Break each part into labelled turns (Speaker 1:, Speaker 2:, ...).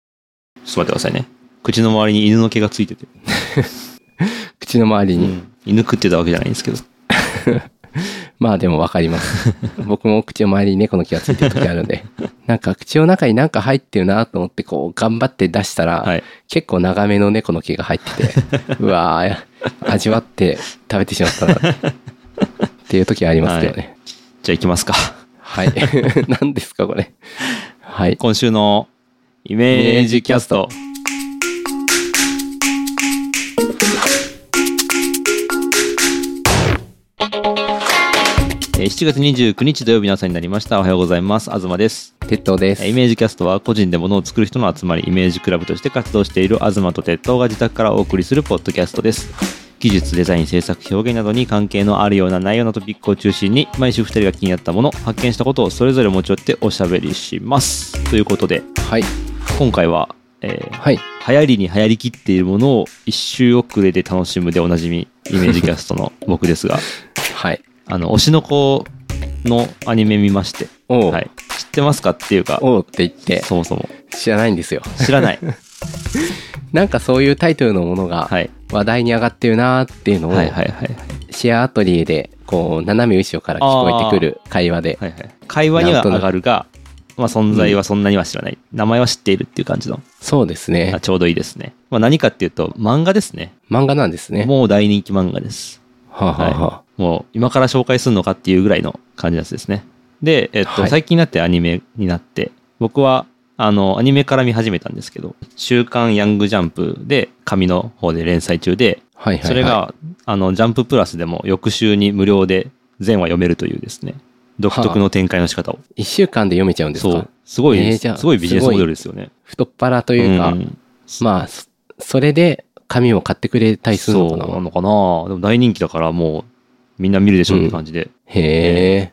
Speaker 1: ちょっと待ってくださいね。口の周りに犬の毛がついてて。
Speaker 2: 口の周りに。
Speaker 1: 犬食ってたわけじゃないんですけど。
Speaker 2: まあでもわか ります。僕も口の周りに猫の毛がついてる時あるんで。なんか口の中になんか入ってるなと思ってこう頑張って出したら、
Speaker 1: はい。
Speaker 2: 結構長めの猫の毛が入っ てて、うわー味わって食べてしまったなっていう時はありますけどね。
Speaker 1: じゃあ行きますか。
Speaker 2: はい。 何ですかこれ。はい。
Speaker 1: 今週のイメージキャスト。えー7月29日土曜日の朝になりました。おはようございます。東です。
Speaker 2: 鉄塔です。
Speaker 1: イメージキャストは個人で物を作る人の集まりイメージクラブとして活動している東と鉄塔が自宅からお送りするポッドキャストです技術デザイン制作表現などに関係のあるような内容のトピックを中心に毎週2人が気になったもの発見したことをそれぞれ持ち寄っておしゃべりしますということで
Speaker 2: はい。
Speaker 1: 今回は、えー
Speaker 2: はい。
Speaker 1: 流行りに流行りきっているものを一周遅れで楽しむでおなじみイメージキャストの僕です が
Speaker 2: はい。
Speaker 1: あの推しの子のアニメ見まして、
Speaker 2: おう、
Speaker 1: はい、知ってますかっていうか
Speaker 2: おうって言って、
Speaker 1: そもそも
Speaker 2: 知らないんですよ。
Speaker 1: 知らない
Speaker 2: なんかそういうタイトルのもの が
Speaker 1: はい
Speaker 2: 話題に上がってるなーっていうのを、
Speaker 1: はいはいはい
Speaker 2: シェアアトリエで、こう、斜め後ろから聞こえてくる会話で、
Speaker 1: はいはい会話には上がるが、まあ、存在はそんなには知らない、名前は知っているっていう感じの
Speaker 2: そうです
Speaker 1: あ
Speaker 2: ね。
Speaker 1: ちょうどいいですね、まあ、何かっていうと漫画ですね
Speaker 2: 漫画なんですね。
Speaker 1: もう大人気漫画です、
Speaker 2: はあ、はあはあ
Speaker 1: い、もう今から紹介するのかっていうぐらいの感じのやつですねで、えっと
Speaker 2: はい
Speaker 1: 最近になってアニメになって僕はあのアニメから見始めたんですけど「週刊ヤングジャンプ」で紙の方で連載中で
Speaker 2: はいはい、はい。
Speaker 1: それが、、あの、ジャンププラスでも翌週に無料で全話読めるというですね、独特の展開の仕方を。
Speaker 2: 一週間で読めちゃうんです
Speaker 1: そ
Speaker 2: か
Speaker 1: う。すごい、
Speaker 2: えーじゃあ
Speaker 1: すごいビジネスモデルですよね。
Speaker 2: 太っ腹というか、
Speaker 1: ん
Speaker 2: まあ、そそれで紙を買ってくれたりするの
Speaker 1: そう
Speaker 2: か
Speaker 1: な
Speaker 2: な。
Speaker 1: のかなでも大人気だからもう、みんな見るでしょって感じで。
Speaker 2: へ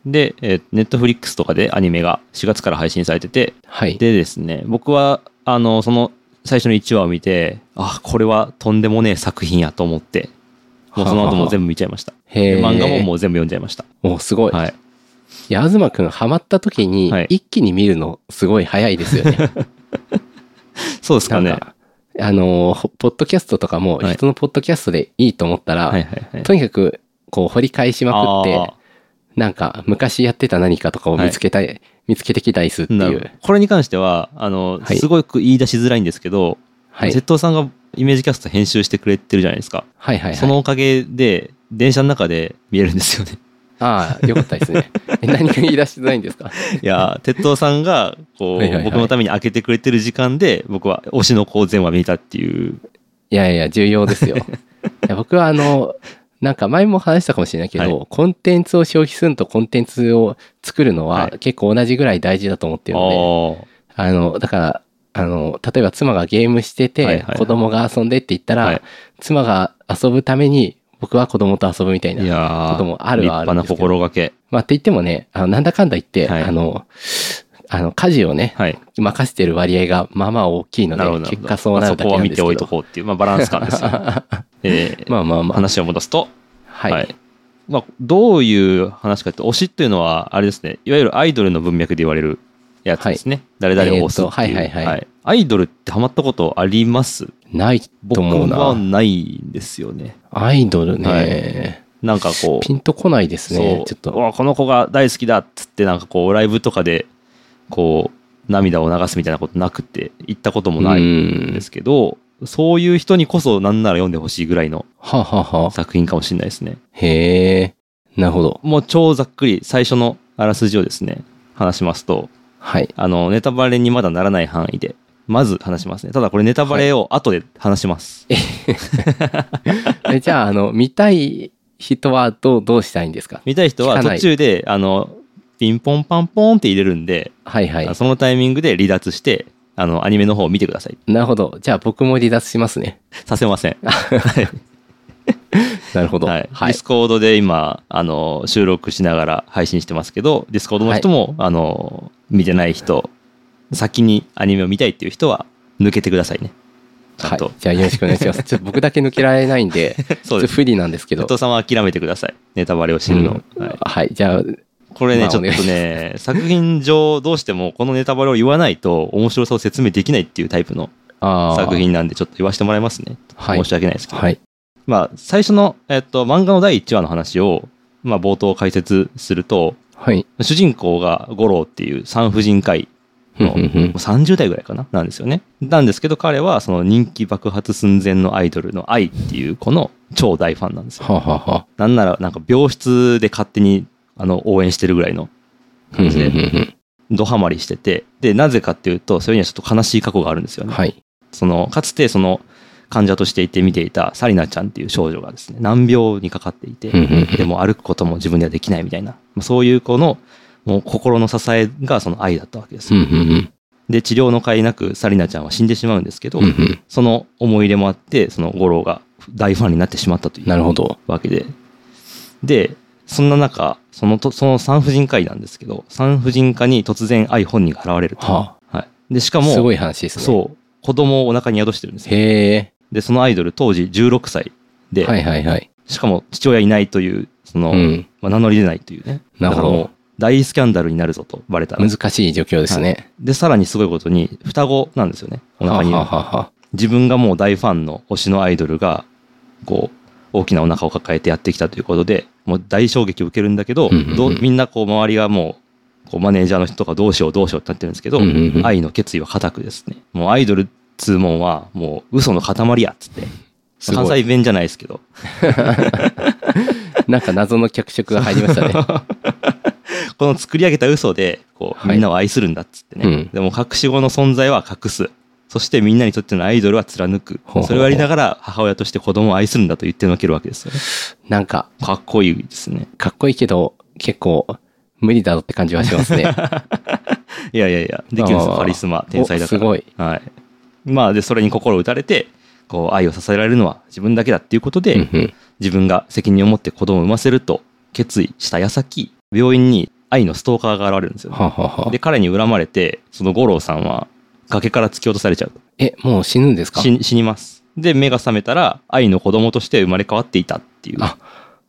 Speaker 2: え。
Speaker 1: で、えネットフリックスとかでアニメが4月から配信されてて、
Speaker 2: はい。
Speaker 1: でですね、僕は、あの、その最初の1話を見て、あ、これはとんでもねえ作品やと思って、もうその後も全部見ちゃいました。
Speaker 2: へ
Speaker 1: で
Speaker 2: え。
Speaker 1: 漫画ももう全部読んじゃいました。
Speaker 2: おすごい。
Speaker 1: はい。
Speaker 2: いや、東くん、ハマった時に
Speaker 1: はい、
Speaker 2: 一気に見るの、すごい早いですよね。
Speaker 1: そうです
Speaker 2: な
Speaker 1: か
Speaker 2: ん
Speaker 1: ね。
Speaker 2: か、あのー、ほポッドキャストとかも、
Speaker 1: はい
Speaker 2: 人のポッドキャストでいいと思ったら、
Speaker 1: はいはいはい。
Speaker 2: とにかく、こう、掘り返しまくって
Speaker 1: あ、
Speaker 2: なんか、昔やってた何かとかを見つけたい、見つけてきたりするって
Speaker 1: ーないるほど
Speaker 2: う。
Speaker 1: これに関しては、あの、
Speaker 2: はい
Speaker 1: すごく言い出しづらいんですけど、
Speaker 2: はい。
Speaker 1: 鉄塔さんがイメージキャスト編集してくれてるじゃないですか。
Speaker 2: はいはいはい。
Speaker 1: そのおかげで、電車の中で見えるんです よね。
Speaker 2: ああ、よかったですね。 え何が言い出しづらいんですか
Speaker 1: いやー、鉄塔さんが、こう、
Speaker 2: はいはいはい
Speaker 1: 僕のために開けてくれてる時間で、僕は推しの子を全話見たっていう。
Speaker 2: いやいや、重 要ですよ。いや僕はあの、なんか前も話したかもしれないけど、
Speaker 1: は
Speaker 2: コンテンツを消費するのとコンテンツを作るのは
Speaker 1: は
Speaker 2: 結構同じぐらい大事だと思ってるので、
Speaker 1: あ
Speaker 2: あの、だから、あの、例えば妻がゲームしてて、
Speaker 1: はいはいはい
Speaker 2: 子供が遊んでって言ったら、
Speaker 1: はい
Speaker 2: 妻が遊ぶために僕は子供と遊ぶみたい
Speaker 1: あ。い
Speaker 2: な。
Speaker 1: やー
Speaker 2: こともあるはある
Speaker 1: 立派
Speaker 2: んで
Speaker 1: な
Speaker 2: すけど
Speaker 1: 心がけ。
Speaker 2: まあって言ってもね、あのなんだかんだ言って、
Speaker 1: はい
Speaker 2: あの、あの、家事をね、
Speaker 1: はい。
Speaker 2: 任せてる割合がまあまあ大きいの
Speaker 1: なるほどな
Speaker 2: で、
Speaker 1: るほど。
Speaker 2: 結果そうなるだけ
Speaker 1: まあそこ
Speaker 2: な
Speaker 1: は
Speaker 2: ん
Speaker 1: 見
Speaker 2: です
Speaker 1: て
Speaker 2: け
Speaker 1: お
Speaker 2: ど
Speaker 1: い。とこうっていう、まあバランス感ですよ。 えー
Speaker 2: まあまあまあ。
Speaker 1: 話を戻すと、
Speaker 2: はい。
Speaker 1: まあ、どういう話かって、推しっていうのは、あれですね、いわゆるアイドルの文脈で言われるやつですね。誰々を推すっていう、
Speaker 2: えーとはいはいはい
Speaker 1: アイドルってハマったことあります
Speaker 2: ないと
Speaker 1: 僕
Speaker 2: 思う
Speaker 1: は
Speaker 2: な。
Speaker 1: ないんですよね。
Speaker 2: アイドルね、
Speaker 1: なんかこう、
Speaker 2: ピンとこないですね。
Speaker 1: そう
Speaker 2: ちょ
Speaker 1: う
Speaker 2: っと。
Speaker 1: わこの子が大好きだっつって、なんかこう、ライブとかで、こう、涙を流すみたいなことなくて、行ったこともな
Speaker 2: う
Speaker 1: いん
Speaker 2: ん
Speaker 1: で。すけど、そういう人にこそなんなら読んでほしいぐらいの
Speaker 2: はあはあはあ。
Speaker 1: 作品かもしれないですね。
Speaker 2: へえ。なるほど。
Speaker 1: もう超ざっくり最初のあらすじをですね、話しますと、
Speaker 2: はい。
Speaker 1: あの、ネタバレにまだならない範囲で、まず話しますね。ただこれネタバレを後で話します。
Speaker 2: えじゃあ、あの、見たい人はどう、どうしたい んですか
Speaker 1: 見たい人
Speaker 2: 聞
Speaker 1: は
Speaker 2: かな
Speaker 1: 途
Speaker 2: い
Speaker 1: 中で、あの、ピンポンパンポンって入れるんで、
Speaker 2: はいはい。
Speaker 1: そのタイミングで離脱して、あの、アニメの方を見てください。
Speaker 2: なるほど。じゃあ僕も離脱しますね。
Speaker 1: させません。
Speaker 2: なるほど。
Speaker 1: は
Speaker 2: はいい。。
Speaker 1: ディスコードで今、あの、収録しながら配信してますけど、ディスコードの人も、あの、見てない人、先にアニメを見たいっていう人は、抜けてくださいね。ちゃ
Speaker 2: は
Speaker 1: ん
Speaker 2: い
Speaker 1: と。
Speaker 2: じゃあよろしくお願いします。ちょっと僕だけ抜けられない んで、ち
Speaker 1: そ
Speaker 2: ょ
Speaker 1: う
Speaker 2: っ
Speaker 1: で
Speaker 2: と
Speaker 1: す。
Speaker 2: 不利なんですけど
Speaker 1: お。父さんは諦めてください。ネタバレを知るの。
Speaker 2: うん
Speaker 1: はい、
Speaker 2: はい。じゃあ、
Speaker 1: これね、
Speaker 2: まあ
Speaker 1: ちょっと
Speaker 2: お
Speaker 1: ね、作品上どうしてもこのネタバレを言わないと面白さを説明できないっていうタイプの
Speaker 2: あー
Speaker 1: 作。品なんでちょっと言わせてもらいますね。
Speaker 2: はい
Speaker 1: 申し訳ないですけど。
Speaker 2: はい。
Speaker 1: まあ、最初の、えっと、漫画の第1話の話を、まあ、冒頭解説すると、
Speaker 2: はい。
Speaker 1: 主人公が五郎っていう産婦人科医
Speaker 2: うん
Speaker 1: の、
Speaker 2: うん
Speaker 1: も
Speaker 2: う
Speaker 1: うん30代ぐらいかななんですよね。なんですけど、彼はその人気爆発寸前のアイドルの愛っていう子の超大ファンなんですよ。
Speaker 2: はあ、はあは
Speaker 1: なんなら、なんか病室で勝手にあの応援してるぐらいの
Speaker 2: あ、
Speaker 1: 感
Speaker 2: うんうん
Speaker 1: じ
Speaker 2: う
Speaker 1: で、
Speaker 2: ん
Speaker 1: ドハマりしてて、で、なぜかっていうと、それにはちょっと悲しい過去があるんですよ
Speaker 2: うん。
Speaker 1: ね。
Speaker 2: はい。
Speaker 1: その、かつてその、患者としていて見ていたサリナちゃんっていう少女がですね、難病にかかっていて、
Speaker 2: うんうんうん
Speaker 1: でも歩くことも自分ではできないみたいな、まあそういう子の、もう心の支えがその愛だったわけです
Speaker 2: う
Speaker 1: よ。
Speaker 2: んうんうん
Speaker 1: で、治療の甲斐なくサリナちゃんは死んでしまうんですけど、
Speaker 2: うんうん
Speaker 1: その思い入れもあって、その五郎が大ファンになってしまったとい
Speaker 2: な
Speaker 1: う
Speaker 2: るほど。
Speaker 1: わけで。で、そんな中、そのと、その産婦人科医なんですけど、産婦人科に突然愛本人が現れると。
Speaker 2: は
Speaker 1: はい。で、しか
Speaker 2: あ。
Speaker 1: も、
Speaker 2: すごい話ですね。
Speaker 1: そう、子供をお腹に宿してるんですよ
Speaker 2: へえ。
Speaker 1: で、そのアイドル当時16歳で、
Speaker 2: はいはいはい。
Speaker 1: しかも父親いないという、その、
Speaker 2: うん。
Speaker 1: まあ、名乗り出ないというね。
Speaker 2: なるほど
Speaker 1: だからもう大スキャンダルになるぞとバレたら。
Speaker 2: 難しい状況ですね。
Speaker 1: で、さらにすごいことに、双子なんですよね。お
Speaker 2: はあ
Speaker 1: 腹にいる
Speaker 2: はあはあはあ
Speaker 1: 自分がもう大ファンの推しのアイドルが、こう、大きなお腹を抱えてやってきたということで、もう大衝撃を受けるんだけど、
Speaker 2: うんうんうん
Speaker 1: どうみんなこう周りがもう、こうマネージャーの人とかどうしようどうしようってなってるんですけど、
Speaker 2: うんうんうん
Speaker 1: 愛の決意は固くですね。もうアイドルっつうもんは、もう嘘の塊やっつって。
Speaker 2: す
Speaker 1: 関
Speaker 2: ごい。
Speaker 1: 西弁じゃないですけど、
Speaker 2: なんか謎の脚色が入りましたね。
Speaker 1: この作り上げた嘘で、こう、
Speaker 2: はい
Speaker 1: みんなを愛するんだっつってね。
Speaker 2: うん
Speaker 1: でも隠し子の存在は隠す。そしてみんなにとってのアイドルは貫く
Speaker 2: ほうほう。ほう
Speaker 1: それをありながら母親として子供を愛するんだと言ってのけるわけですよね。
Speaker 2: なんか、
Speaker 1: かっこいいですね。
Speaker 2: かっこいいけど、結構、無理だろって感じはしますね。
Speaker 1: いやいやいや、できるんです
Speaker 2: あ
Speaker 1: よ、
Speaker 2: ー
Speaker 1: カリスマ、天才だから。
Speaker 2: おすごい。
Speaker 1: はい。まあ、で、それに心打たれて、こう、愛を支えられるのは自分だけだっていうことで、
Speaker 2: うんうん
Speaker 1: 自分が責任を持って子供を産ませると決意した矢先、病院に愛のストーカーが現れるんですよね、
Speaker 2: はあはあはあ
Speaker 1: で、彼に恨まれて、その五郎さんは崖から突き落とされちゃうと。
Speaker 2: え、もう死ぬんですか
Speaker 1: 死死にます。で、目が覚めたら、愛の子供として生まれ変わっていたっていう、
Speaker 2: あ、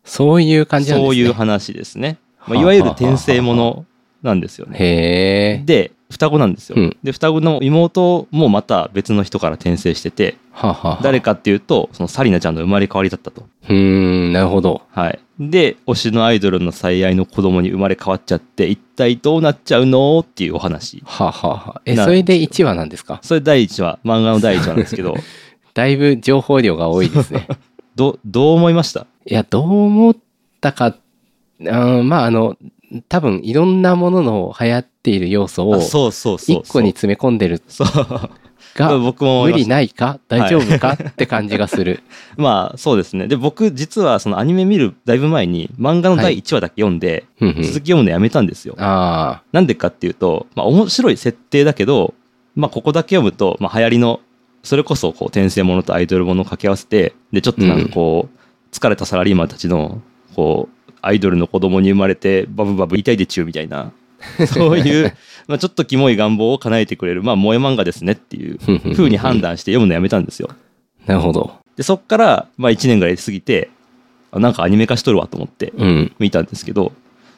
Speaker 2: そういう感じなんです
Speaker 1: そ
Speaker 2: ね。
Speaker 1: ういう話ですね。ま
Speaker 2: は
Speaker 1: あ、
Speaker 2: あ
Speaker 1: いわゆる転生ものなんですよね。
Speaker 2: へえ。
Speaker 1: で、双子なんですよ。
Speaker 2: うん
Speaker 1: で、双子の妹もまた別の人から転生してて、
Speaker 2: はあはあはあ
Speaker 1: 誰かっていうと、そのサリナちゃんの生まれ変わりだったと。
Speaker 2: うーん、なるほど。
Speaker 1: はい。で、推しのアイドルの最愛の子供に生まれ変わっちゃって、一体どうなっちゃうのっていうお話。
Speaker 2: はあ、はあはあ、え、
Speaker 1: なん
Speaker 2: それで1話なんですか
Speaker 1: それ第1話、漫画の第1話なんですけ ど、
Speaker 2: だいぶ情報量が多いです ね。
Speaker 1: ど、どう思いました
Speaker 2: いや、どう思ったか、あーまあ、あの、多分いろんなものの流行っている要素を
Speaker 1: あそうそうそうそう。
Speaker 2: 1個に。詰め込んでる
Speaker 1: そう。
Speaker 2: が、
Speaker 1: 僕も思
Speaker 2: 無
Speaker 1: いま
Speaker 2: 理
Speaker 1: した。
Speaker 2: ないか大丈夫か、って感じが する。
Speaker 1: まあ、そうですね。で、僕、実はそのアニメ見るだいぶ前に、漫画の第1話だけ読んで、
Speaker 2: うんうん
Speaker 1: 続き読むのやめたんですよ。
Speaker 2: あ
Speaker 1: なんでかっていうと、まあ、面白い設定だけど、まあ、ここだけ読むと、まあ、流行りの、それこそ、こう、転生ものとアイドルものを掛け合わせて、で、ちょっとなんかこう、疲れたサラリーマンたちの、こう、アイドルの子供に生まれて、バブバブ痛いでちゅうみたい な、そういう、まあ、ちょっとキモい願望を叶えてくれる、まあ、萌え漫画ですねっていう
Speaker 2: あ。ふんふんふんふん
Speaker 1: 風に判。断して読むのやめたんですよ。
Speaker 2: なるほど。
Speaker 1: で、そっから、まあ、1年ぐらい過ぎて、あなんかアニメ化しとるわと思って、
Speaker 2: うん。
Speaker 1: 見たんですけど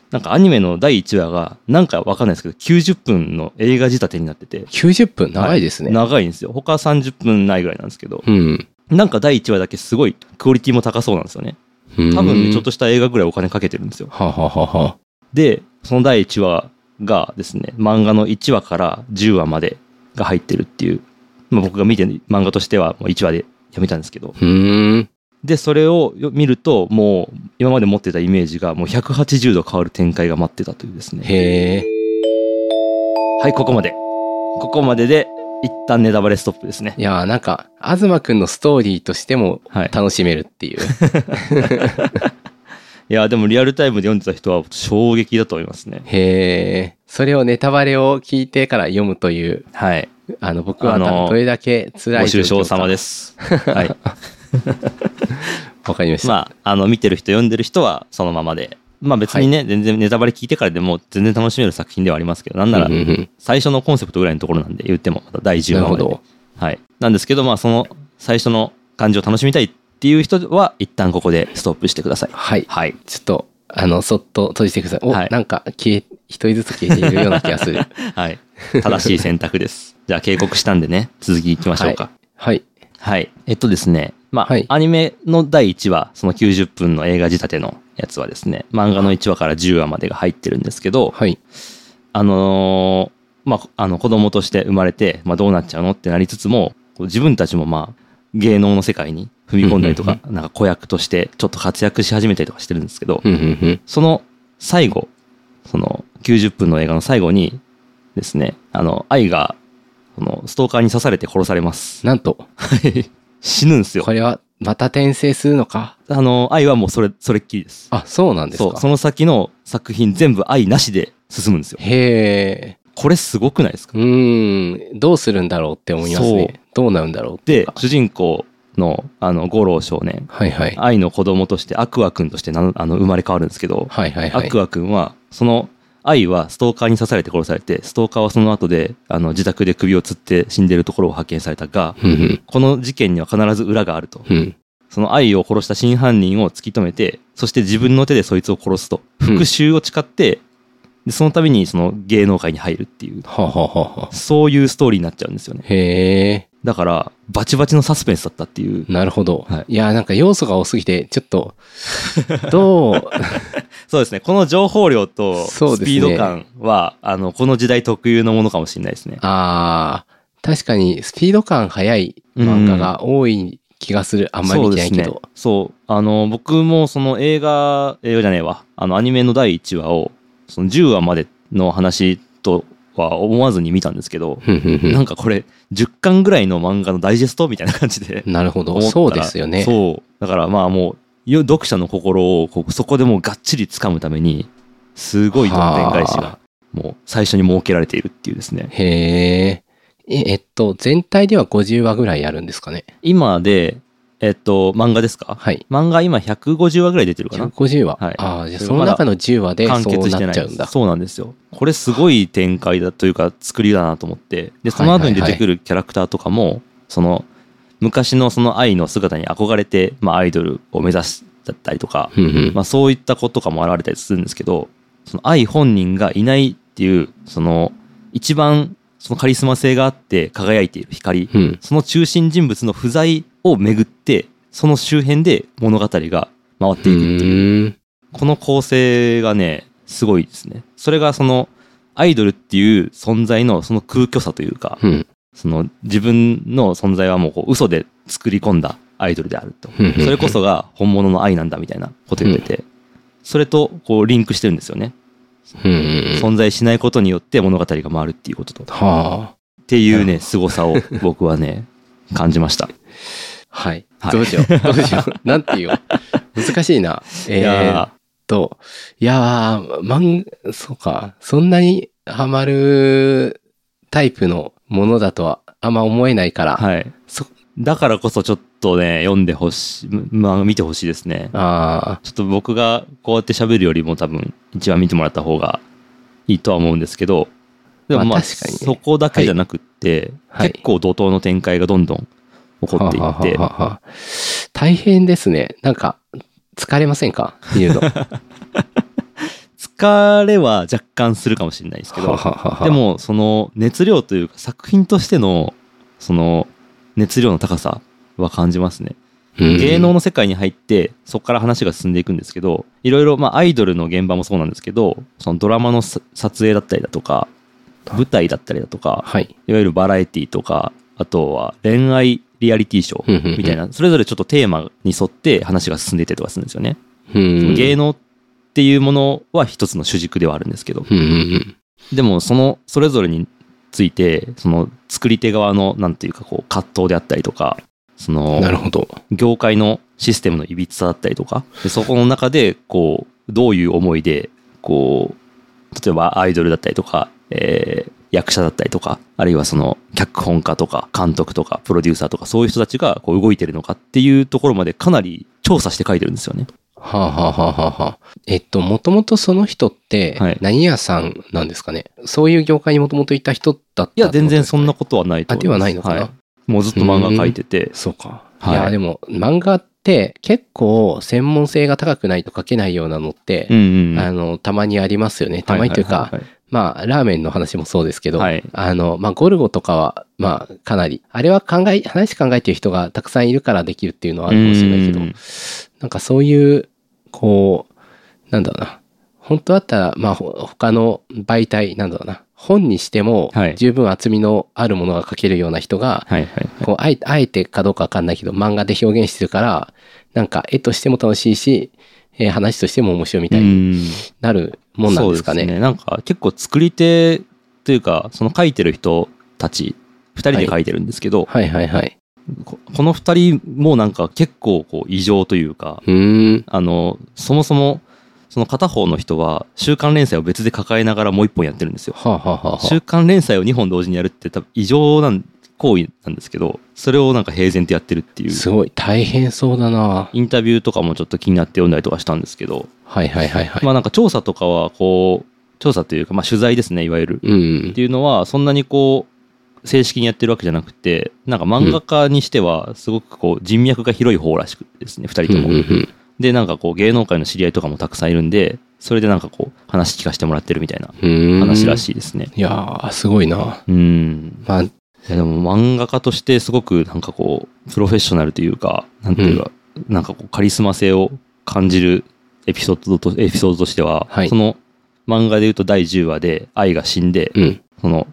Speaker 1: なんかアニメの第1話がなんかわかんないですけど90分の映画仕立てになってて
Speaker 2: 90分長いですね。
Speaker 1: は長いんですよ他30分ないぐらいなんですけど
Speaker 2: うん。
Speaker 1: なんか第1話だけすごいクオリティも高そうなんですよね
Speaker 2: うん
Speaker 1: 多分ねちょっ。とした映画ぐらいお金かけてるんですよ
Speaker 2: はあ、はあはあはあ、
Speaker 1: でその第1話がですね漫画の1話から10話までが入ってるっていう、まあ、僕が見て漫画としてはもう1話でやめたんですけど
Speaker 2: うーん。
Speaker 1: でそれをよ見るともう今まで持ってたイメージがもう180度変わる展開が待ってたというですね
Speaker 2: へえ。
Speaker 1: はい、ここまで。ここまでで、一旦ネタバレストップですね
Speaker 2: い。やーなんか、東くんのストーリーとしても
Speaker 1: はい。
Speaker 2: 楽しめるっていう。
Speaker 1: いや、でもリアルタイムで読んでた人は衝撃だと思いますね。
Speaker 2: へえ。それをネタバレを聞いてから読むという、
Speaker 1: はい。
Speaker 2: あの、僕は
Speaker 1: あ
Speaker 2: 多
Speaker 1: のー
Speaker 2: 分どれだけ辛い
Speaker 1: ご愁傷
Speaker 2: 状況か
Speaker 1: 様です。 はい。
Speaker 2: わかりました。
Speaker 1: まあ、あの、見てる人、読んでる人はそのままで。まあ別にね、全然ネタバレ聞いてからでも全然楽しめる作品ではありますけど、なんなら
Speaker 2: うんうんうん
Speaker 1: 最初のコンセプトぐらいのところなんで言っても、また第10
Speaker 2: な
Speaker 1: 話
Speaker 2: る
Speaker 1: ま
Speaker 2: ほ
Speaker 1: でで
Speaker 2: ど。
Speaker 1: はい。なんですけど、まあその最初の感じを楽しみたいっていう人は、一旦ここでストップしてください。
Speaker 2: はい。
Speaker 1: はい。
Speaker 2: ちょっと、あの、そっと閉じてください。お、
Speaker 1: はい
Speaker 2: なんか消え、一人ずつ消えているような気がする。
Speaker 1: はい。正しい選択です。じゃあ警告したんでね、続き行きましょうか。
Speaker 2: はい。
Speaker 1: はい。えっとですね、まあ、
Speaker 2: はい
Speaker 1: アニメの第1話、その90分の映画仕立てのやつはですね、漫画の1話から10話までが入ってるんですけど、
Speaker 2: はい。
Speaker 1: あのーまあ、あの子供として生まれて、まあ、どうなっちゃうのってなりつつも、こう自分たちもまあ、芸能の世界に踏み込んだりとか、なんか子役としてちょっと活躍し始めたりとかしてるんですけど、
Speaker 2: うんうんうん。
Speaker 1: その最後、その90分の映画の最後にですね、あの、愛が、その、ストーカーに刺されて殺されます。
Speaker 2: なんと、
Speaker 1: 死ぬんですよ
Speaker 2: こ。れはまた転生するのか。
Speaker 1: あの、愛はもうそれ、それっきりです。
Speaker 2: あ、そうなんです
Speaker 1: そう、
Speaker 2: か。
Speaker 1: その先の作品全部愛なしで進むんですよ。
Speaker 2: へえ。
Speaker 1: これすごくないですか
Speaker 2: うーん。どうするんだろうって思いますね。どうなるんだろうっていう
Speaker 1: で
Speaker 2: か。、
Speaker 1: 主人公の、あの、五郎少年、
Speaker 2: はいはい。
Speaker 1: 愛の子供としてアクア君としてなあの生まれ変わるんですけど、
Speaker 2: はいはいはい。
Speaker 1: アクア君は、その、愛はストーカーに刺されて殺されて、ストーカーはその後で、あの、自宅で首を吊って死んでるところを発見されたが、
Speaker 2: うんうん。
Speaker 1: この事件には必ず裏があると。
Speaker 2: うん。
Speaker 1: その愛を殺した真犯人を突き止めて、そして自分の手でそいつを殺すと。
Speaker 2: うん
Speaker 1: 復讐を誓って、でその度にその芸能界に入るっていう、
Speaker 2: はあはあはあはあ。
Speaker 1: そういうストーリーになっちゃうんですよね。
Speaker 2: へえ。
Speaker 1: だから、バチバチのサスペンスだったっていう。
Speaker 2: なるほど。
Speaker 1: はい
Speaker 2: い、や、なんか要素が多すぎて、ちょ っと、どう、
Speaker 1: そうですね。この情報量と
Speaker 2: そう
Speaker 1: ス
Speaker 2: です
Speaker 1: ピ
Speaker 2: ね
Speaker 1: ード感は、あの、この時代特有のものかもしれないですね。
Speaker 2: ああ、確かにスピード感速い漫画が多い気がする。あんまり見てないけ
Speaker 1: そう
Speaker 2: ど
Speaker 1: ですね。。そう。あの、僕もその映画、映画じゃねえわ。あの、アニメの第1話を、その10話までの話とは思わずに見たんですけど、
Speaker 2: ふんふんふん
Speaker 1: なんかこれ、10巻ぐらいの漫画のダイジェストみたいな感じで。
Speaker 2: なるほど。
Speaker 1: 思った
Speaker 2: そうですよね。
Speaker 1: そう。だからまあもう、よ読者の心をこうそこでもうがっちり掴むために、すごいどんでん返し
Speaker 2: は
Speaker 1: が、もう最初に設けられているっていうですね。
Speaker 2: へえ。え、えっと、全体では50話ぐらいあるんですかね。
Speaker 1: 今で、えっと、漫画ですか
Speaker 2: はい。
Speaker 1: 漫画今150話ぐらい出てるかな
Speaker 2: 150話。
Speaker 1: はい
Speaker 2: ああ、じゃあ
Speaker 1: そ
Speaker 2: そ
Speaker 1: れま
Speaker 2: の
Speaker 1: だ
Speaker 2: 中の10話で
Speaker 1: 完
Speaker 2: そ
Speaker 1: 結
Speaker 2: う
Speaker 1: してな
Speaker 2: なっ
Speaker 1: い
Speaker 2: ちゃうんだ。
Speaker 1: そうなんですよ。これすごい展開だというか、作りだなと思って。で、その後に出てくるキャラクターとかも、その、昔のその愛の姿に憧れて、まあアイドルを目指しだったりとか、
Speaker 2: ふんふん
Speaker 1: まあ、そういったこととかも現れたりするんですけど、その愛本人がいないっていう、その、一番そのカリスマ性があって輝いている光、
Speaker 2: うん。
Speaker 1: その中心人物の不在をめぐって、その周辺で物語が回って
Speaker 2: う
Speaker 1: いくっていう、
Speaker 2: ーん。
Speaker 1: この構成がね、すごいですね。それがその、アイドルっていう存在のその空虚さというか、
Speaker 2: うん。
Speaker 1: その自分の存在はもうこう嘘で作り込んだアイドルであると。
Speaker 2: うん
Speaker 1: それこそが本物の愛なんだみたいなこと言ってて、それとこうリンクしてるんですよね。
Speaker 2: うんうんうん。
Speaker 1: 存在しないことによって物語が回るっていうことと。っ
Speaker 2: はあ。
Speaker 1: ていうね、凄さを僕はね、感じました。
Speaker 2: はい。
Speaker 1: はい
Speaker 2: どうし よう。どうしよう。なんて言おう。難しいな。え
Speaker 1: い
Speaker 2: ー
Speaker 1: や
Speaker 2: と、いやー、まん、そうか、そんなにハマるタイプのものだとはあんま思えないから、
Speaker 1: ーはい。
Speaker 2: そ
Speaker 1: だからこそちょっとね、読んでほしい、まあ見てほしいですね。
Speaker 2: あ
Speaker 1: ちょっと僕がこうやって喋るよりも多分一番見てもらった方がいいとは思うんですけど、でも
Speaker 2: まあ
Speaker 1: まあ、
Speaker 2: 確かにね
Speaker 1: そこだけじゃなくって、
Speaker 2: はい
Speaker 1: 結構怒涛の展開がどんどん起
Speaker 2: ー
Speaker 1: こってい
Speaker 2: は
Speaker 1: って、
Speaker 2: はははは大変ですね。なんか、疲れませんか見 るの。は
Speaker 1: 疲れは若干するかもしれないですけ
Speaker 2: は
Speaker 1: ど、
Speaker 2: はは
Speaker 1: で、もその熱量というか作品としてのその熱量の高さは感じますね。
Speaker 2: うん
Speaker 1: 芸能の世界に入ってそこから話が進んでいくんですけどいろいろまあアイドルの現場もそうなんですけどそのドラマのさ撮影だったりだとか舞台だったりだとか
Speaker 2: はい。
Speaker 1: いわゆるバラエティとかあとは恋愛リアリティショ
Speaker 2: うんうんうん
Speaker 1: ーみたいなそれぞれちょっとテーマに沿って話が進んでいったりとかするんですよね。
Speaker 2: うん
Speaker 1: 芸能っていうものは一つの主軸ではあるんですけど
Speaker 2: うんうん
Speaker 1: でもそのそれぞれについてその作り手側のなんていうかこう葛藤であったりとかそ
Speaker 2: うん
Speaker 1: の
Speaker 2: なるほど。
Speaker 1: 業界のシステムのいびつさだったりとかでそこの中でこうどういう思いでこう例えばアイドルだったりとか、えー役者だったりとかあるいはその脚本家とか監督とかプロデューサーとかそういう人たちがこう動いてるのかっていうところまでかなり調査して書いてるんですよね。
Speaker 2: はあ、はあはあはあはあ、えっと、もともとその人って
Speaker 1: はい、
Speaker 2: 何屋さんなんですかね、そういう業界にもともといた人だったってことです
Speaker 1: い
Speaker 2: か
Speaker 1: や全然そんなことはないと
Speaker 2: あ、
Speaker 1: 思
Speaker 2: で
Speaker 1: います
Speaker 2: はないのかな、
Speaker 1: はいもうずっと漫画書いてて
Speaker 2: そうか。
Speaker 1: はい
Speaker 2: い、や、でも、漫画って結構専門性が高くないと書けないようなのって
Speaker 1: う、んうんうん
Speaker 2: あの、たまにありますよね。たまにというか、
Speaker 1: ははは
Speaker 2: まあ、ラーメンの話もそうですけど、
Speaker 1: はい
Speaker 2: あの、まあ、ゴルゴとかは、まあ、かなり、あれは考え、話考えてる人がたくさんいるからできるっていうのはあるかもしれないけど
Speaker 1: うん、
Speaker 2: なんかそういう、こう、なんだろうな。本当だったら、まあ、ほ他の媒体、なんだろうな。本にしても
Speaker 1: は、い
Speaker 2: 十分厚みのあるものが書けるような人が、
Speaker 1: はいはい。
Speaker 2: こうあえ、あえてかどうかわかんないけど、漫画で表現してるから、なんか絵としても楽しいし、えー話としても面白いみたいに
Speaker 1: ん。
Speaker 2: なるもんなんですか
Speaker 1: そう
Speaker 2: ね。
Speaker 1: なんか結構作り手というか、その書いてる人たち、2人で書いてるんですけど、
Speaker 2: はいはいはい。
Speaker 1: ここの2人もなんか結構こう異常というか、
Speaker 2: うーん。
Speaker 1: あの、そもそも、その片方の人は週刊連載を別で抱えながらもう1本やってるんですよ。
Speaker 2: はあ、はあはあはあ
Speaker 1: 週刊連載を2本同時にやるって多分異常な行為なんですけど、それをなんか平然とやってるっていう。
Speaker 2: すごい、大変そうだな
Speaker 1: インタビューとかもちょっと気になって読んだりとかしたんですけど、
Speaker 2: はいはいはいはい。
Speaker 1: まあなんか調査とかはこう調査というかまあ取材ですねいわゆる、
Speaker 2: うん
Speaker 1: って。いうのはそんなにこう正式にやってるわけじゃなくてなんか漫画家にしてはすごくこう人脈が広い方らしくてですね2人とも、
Speaker 2: うんうんうん
Speaker 1: でなんかこう芸能界の知り合いとかもたくさんいるんでそれでなんかこう話聞かせてもらってるみたいな
Speaker 2: うーん
Speaker 1: 話らしいですね
Speaker 2: いやー、すごいな。
Speaker 1: うん
Speaker 2: まあ、
Speaker 1: いやでも漫画家としてすごくなんかこうプロフェッショナルというかなんていうか、なんかこうカリスマ性を感じるエピソードとエピソードとしては、
Speaker 2: はい
Speaker 1: その漫画で言うと第10話で愛が死んで、
Speaker 2: うん。
Speaker 1: その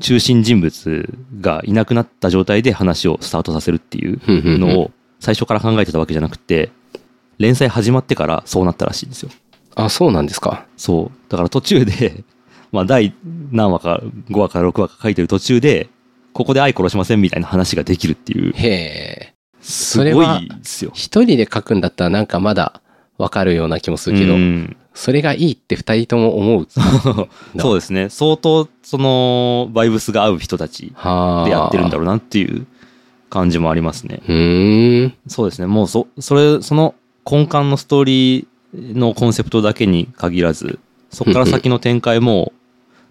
Speaker 1: 中心人物がいなくなった状態で話をスタートさせるっていう
Speaker 2: うんうんうん
Speaker 1: のを最初から考えてたわけじゃなくて連載始まってからそうなったらしいんですよ。
Speaker 2: あ、そうなんですか。
Speaker 1: そう。だから途中で、 まあ、第何話か、5話から6話か書いてる途中で、ここで愛殺しませんみたいな話ができるっていう、
Speaker 2: へえ。
Speaker 1: す
Speaker 2: れ
Speaker 1: ご
Speaker 2: はい
Speaker 1: ですよ。
Speaker 2: 一人で書くんだったらなんかまだわかるような気もするけど、
Speaker 1: うん
Speaker 2: それがいいって二人とも思う。
Speaker 1: そうですね。相当、その、バイブスが合う人たち
Speaker 2: はあ。
Speaker 1: でやってるんだろうなっていう感じもありますね。
Speaker 2: うーん。
Speaker 1: そうですね。もう、そ、それ、その根幹のストーリーのコンセプトだけに限らず、そこから先の展開も、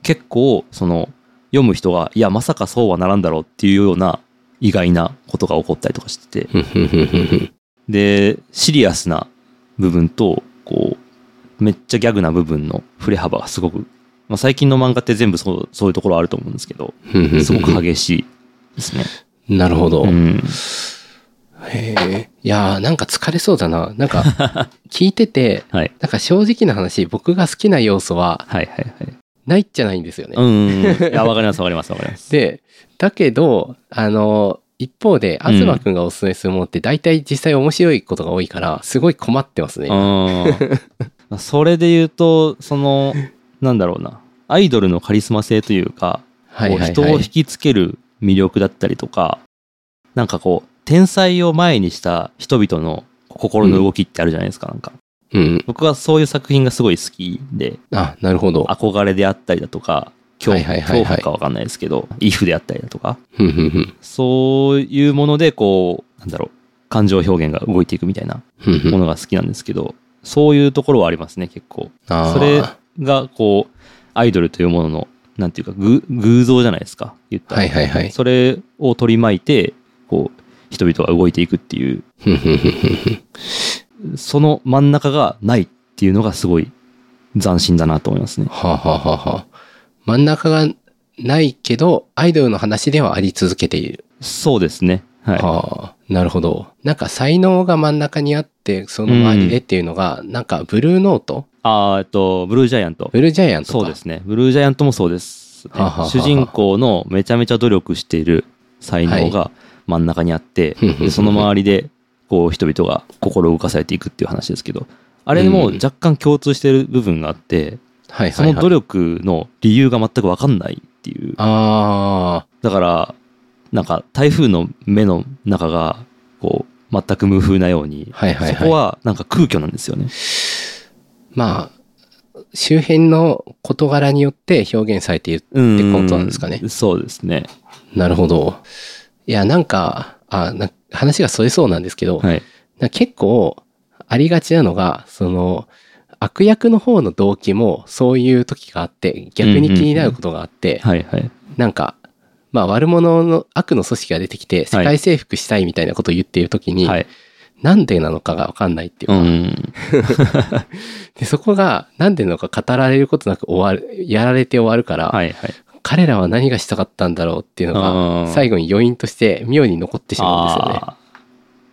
Speaker 1: 結構、その、読む人が、いや、まさかそうはならんだろうっていうような意外なことが起こったりとかしてて、
Speaker 2: ふんふんふんふんふん
Speaker 1: で、シリアスな部分と、こう、めっちゃギャグな部分の振れ幅がすごく、まあ、最近の漫画って全部そうそういうところあると思うんですけど、
Speaker 2: ふんふん
Speaker 1: すごく激しいですね。
Speaker 2: なるほど。
Speaker 1: うん。
Speaker 2: へえ。いやー、なんか疲れそうだな。なんか、聞いてて、
Speaker 1: はい。
Speaker 2: なんか正直な話、僕が好きな要素は
Speaker 1: はいはいはい。
Speaker 2: ないじゃないんですよね。
Speaker 1: うん。いや、わかりますわかりますわかります。
Speaker 2: で、だけど、あの、一方で、
Speaker 1: うん
Speaker 2: 東くんがおすすめするものって、大体実際面白いことが多いから、すごい困ってますね。
Speaker 1: うんそれで言うとそのなんだろうなアイドルのカリスマ性というか、
Speaker 2: はいはいはい。
Speaker 1: こう人を引きつける魅力だったりとかなんかこう天才を前にした人々の心の動きってあるじゃないですか、なんか
Speaker 2: うん。
Speaker 1: 僕はそういう作品がすごい好きで
Speaker 2: あ、なるほど。
Speaker 1: 憧れであったりだとか恐
Speaker 2: はいはいはいはい
Speaker 1: 恐怖かわかんないですけど「イフ」であったりだとか
Speaker 2: ふんふんふん。
Speaker 1: そういうものでこうなんだろう感情表現が動いていくみたいな
Speaker 2: ふんふ
Speaker 1: も
Speaker 2: ん。
Speaker 1: のが好きなんですけど、そういうところはありますね結構
Speaker 2: あー
Speaker 1: それがこうアイドルというもののなんていうかぐ偶像じゃないですか言ったら、
Speaker 2: はいはいはい。
Speaker 1: それを取り巻いてこう人々が動いていくっていう
Speaker 2: ふんふんふんふんふん。
Speaker 1: その真ん中がないっていうのがすごい斬新だなと思いますね
Speaker 2: はあ、はあはあはあ、真ん中がないけど、アイドルの話ではあり続けている。
Speaker 1: そうですねはい、
Speaker 2: はあ、なるほど。なんか才能が真ん中にあって、その周りでっていうのが、なんかブルーノート
Speaker 1: あーえっとブルージャイアント
Speaker 2: ブルージャイアントか。
Speaker 1: そうですねブルージャイアントもそうですね、
Speaker 2: はあはあはあ
Speaker 1: 主人公のめちゃめちゃ努力している才能が真ん中にあって、
Speaker 2: ふんふんふんふん
Speaker 1: でその周りでこう人々が心を動かされていくっていう話ですけどあれも若干共通してる部分があって、
Speaker 2: はい
Speaker 1: そ
Speaker 2: はい
Speaker 1: の
Speaker 2: は
Speaker 1: 努
Speaker 2: い。
Speaker 1: 力の理由が全く分かんないっていう
Speaker 2: あ
Speaker 1: だからなんか台風の目の中がこう全く無風なように、
Speaker 2: はいはいはい
Speaker 1: そこはなんか空虚なんですよね。
Speaker 2: あ、まあ、周辺の事柄によって表現されている。
Speaker 1: うん
Speaker 2: ってことなんですかね
Speaker 1: そうですね。
Speaker 2: なるほど。いや、なんか、あ、な話がそれそうなんですけど、
Speaker 1: はい。
Speaker 2: なんか結構ありがちなのが、その、悪役の方の動機もそういう時があって、逆に気になることがあって、
Speaker 1: はいはい。
Speaker 2: なんか、まあ悪者の悪の組織が出てきて、世界征服したいみたいなことを言っている時に、
Speaker 1: はい。
Speaker 2: なんでなのかがわかんないっていう
Speaker 1: う
Speaker 2: か、
Speaker 1: ん。
Speaker 2: でそこがなんでなのか語られることなく終わる、やられて終わるから、
Speaker 1: はいはい。
Speaker 2: 彼らは何がしたかったんだろうっていうの
Speaker 1: うん
Speaker 2: が、最後に余韻として妙に残ってしまうんですよね。
Speaker 1: あー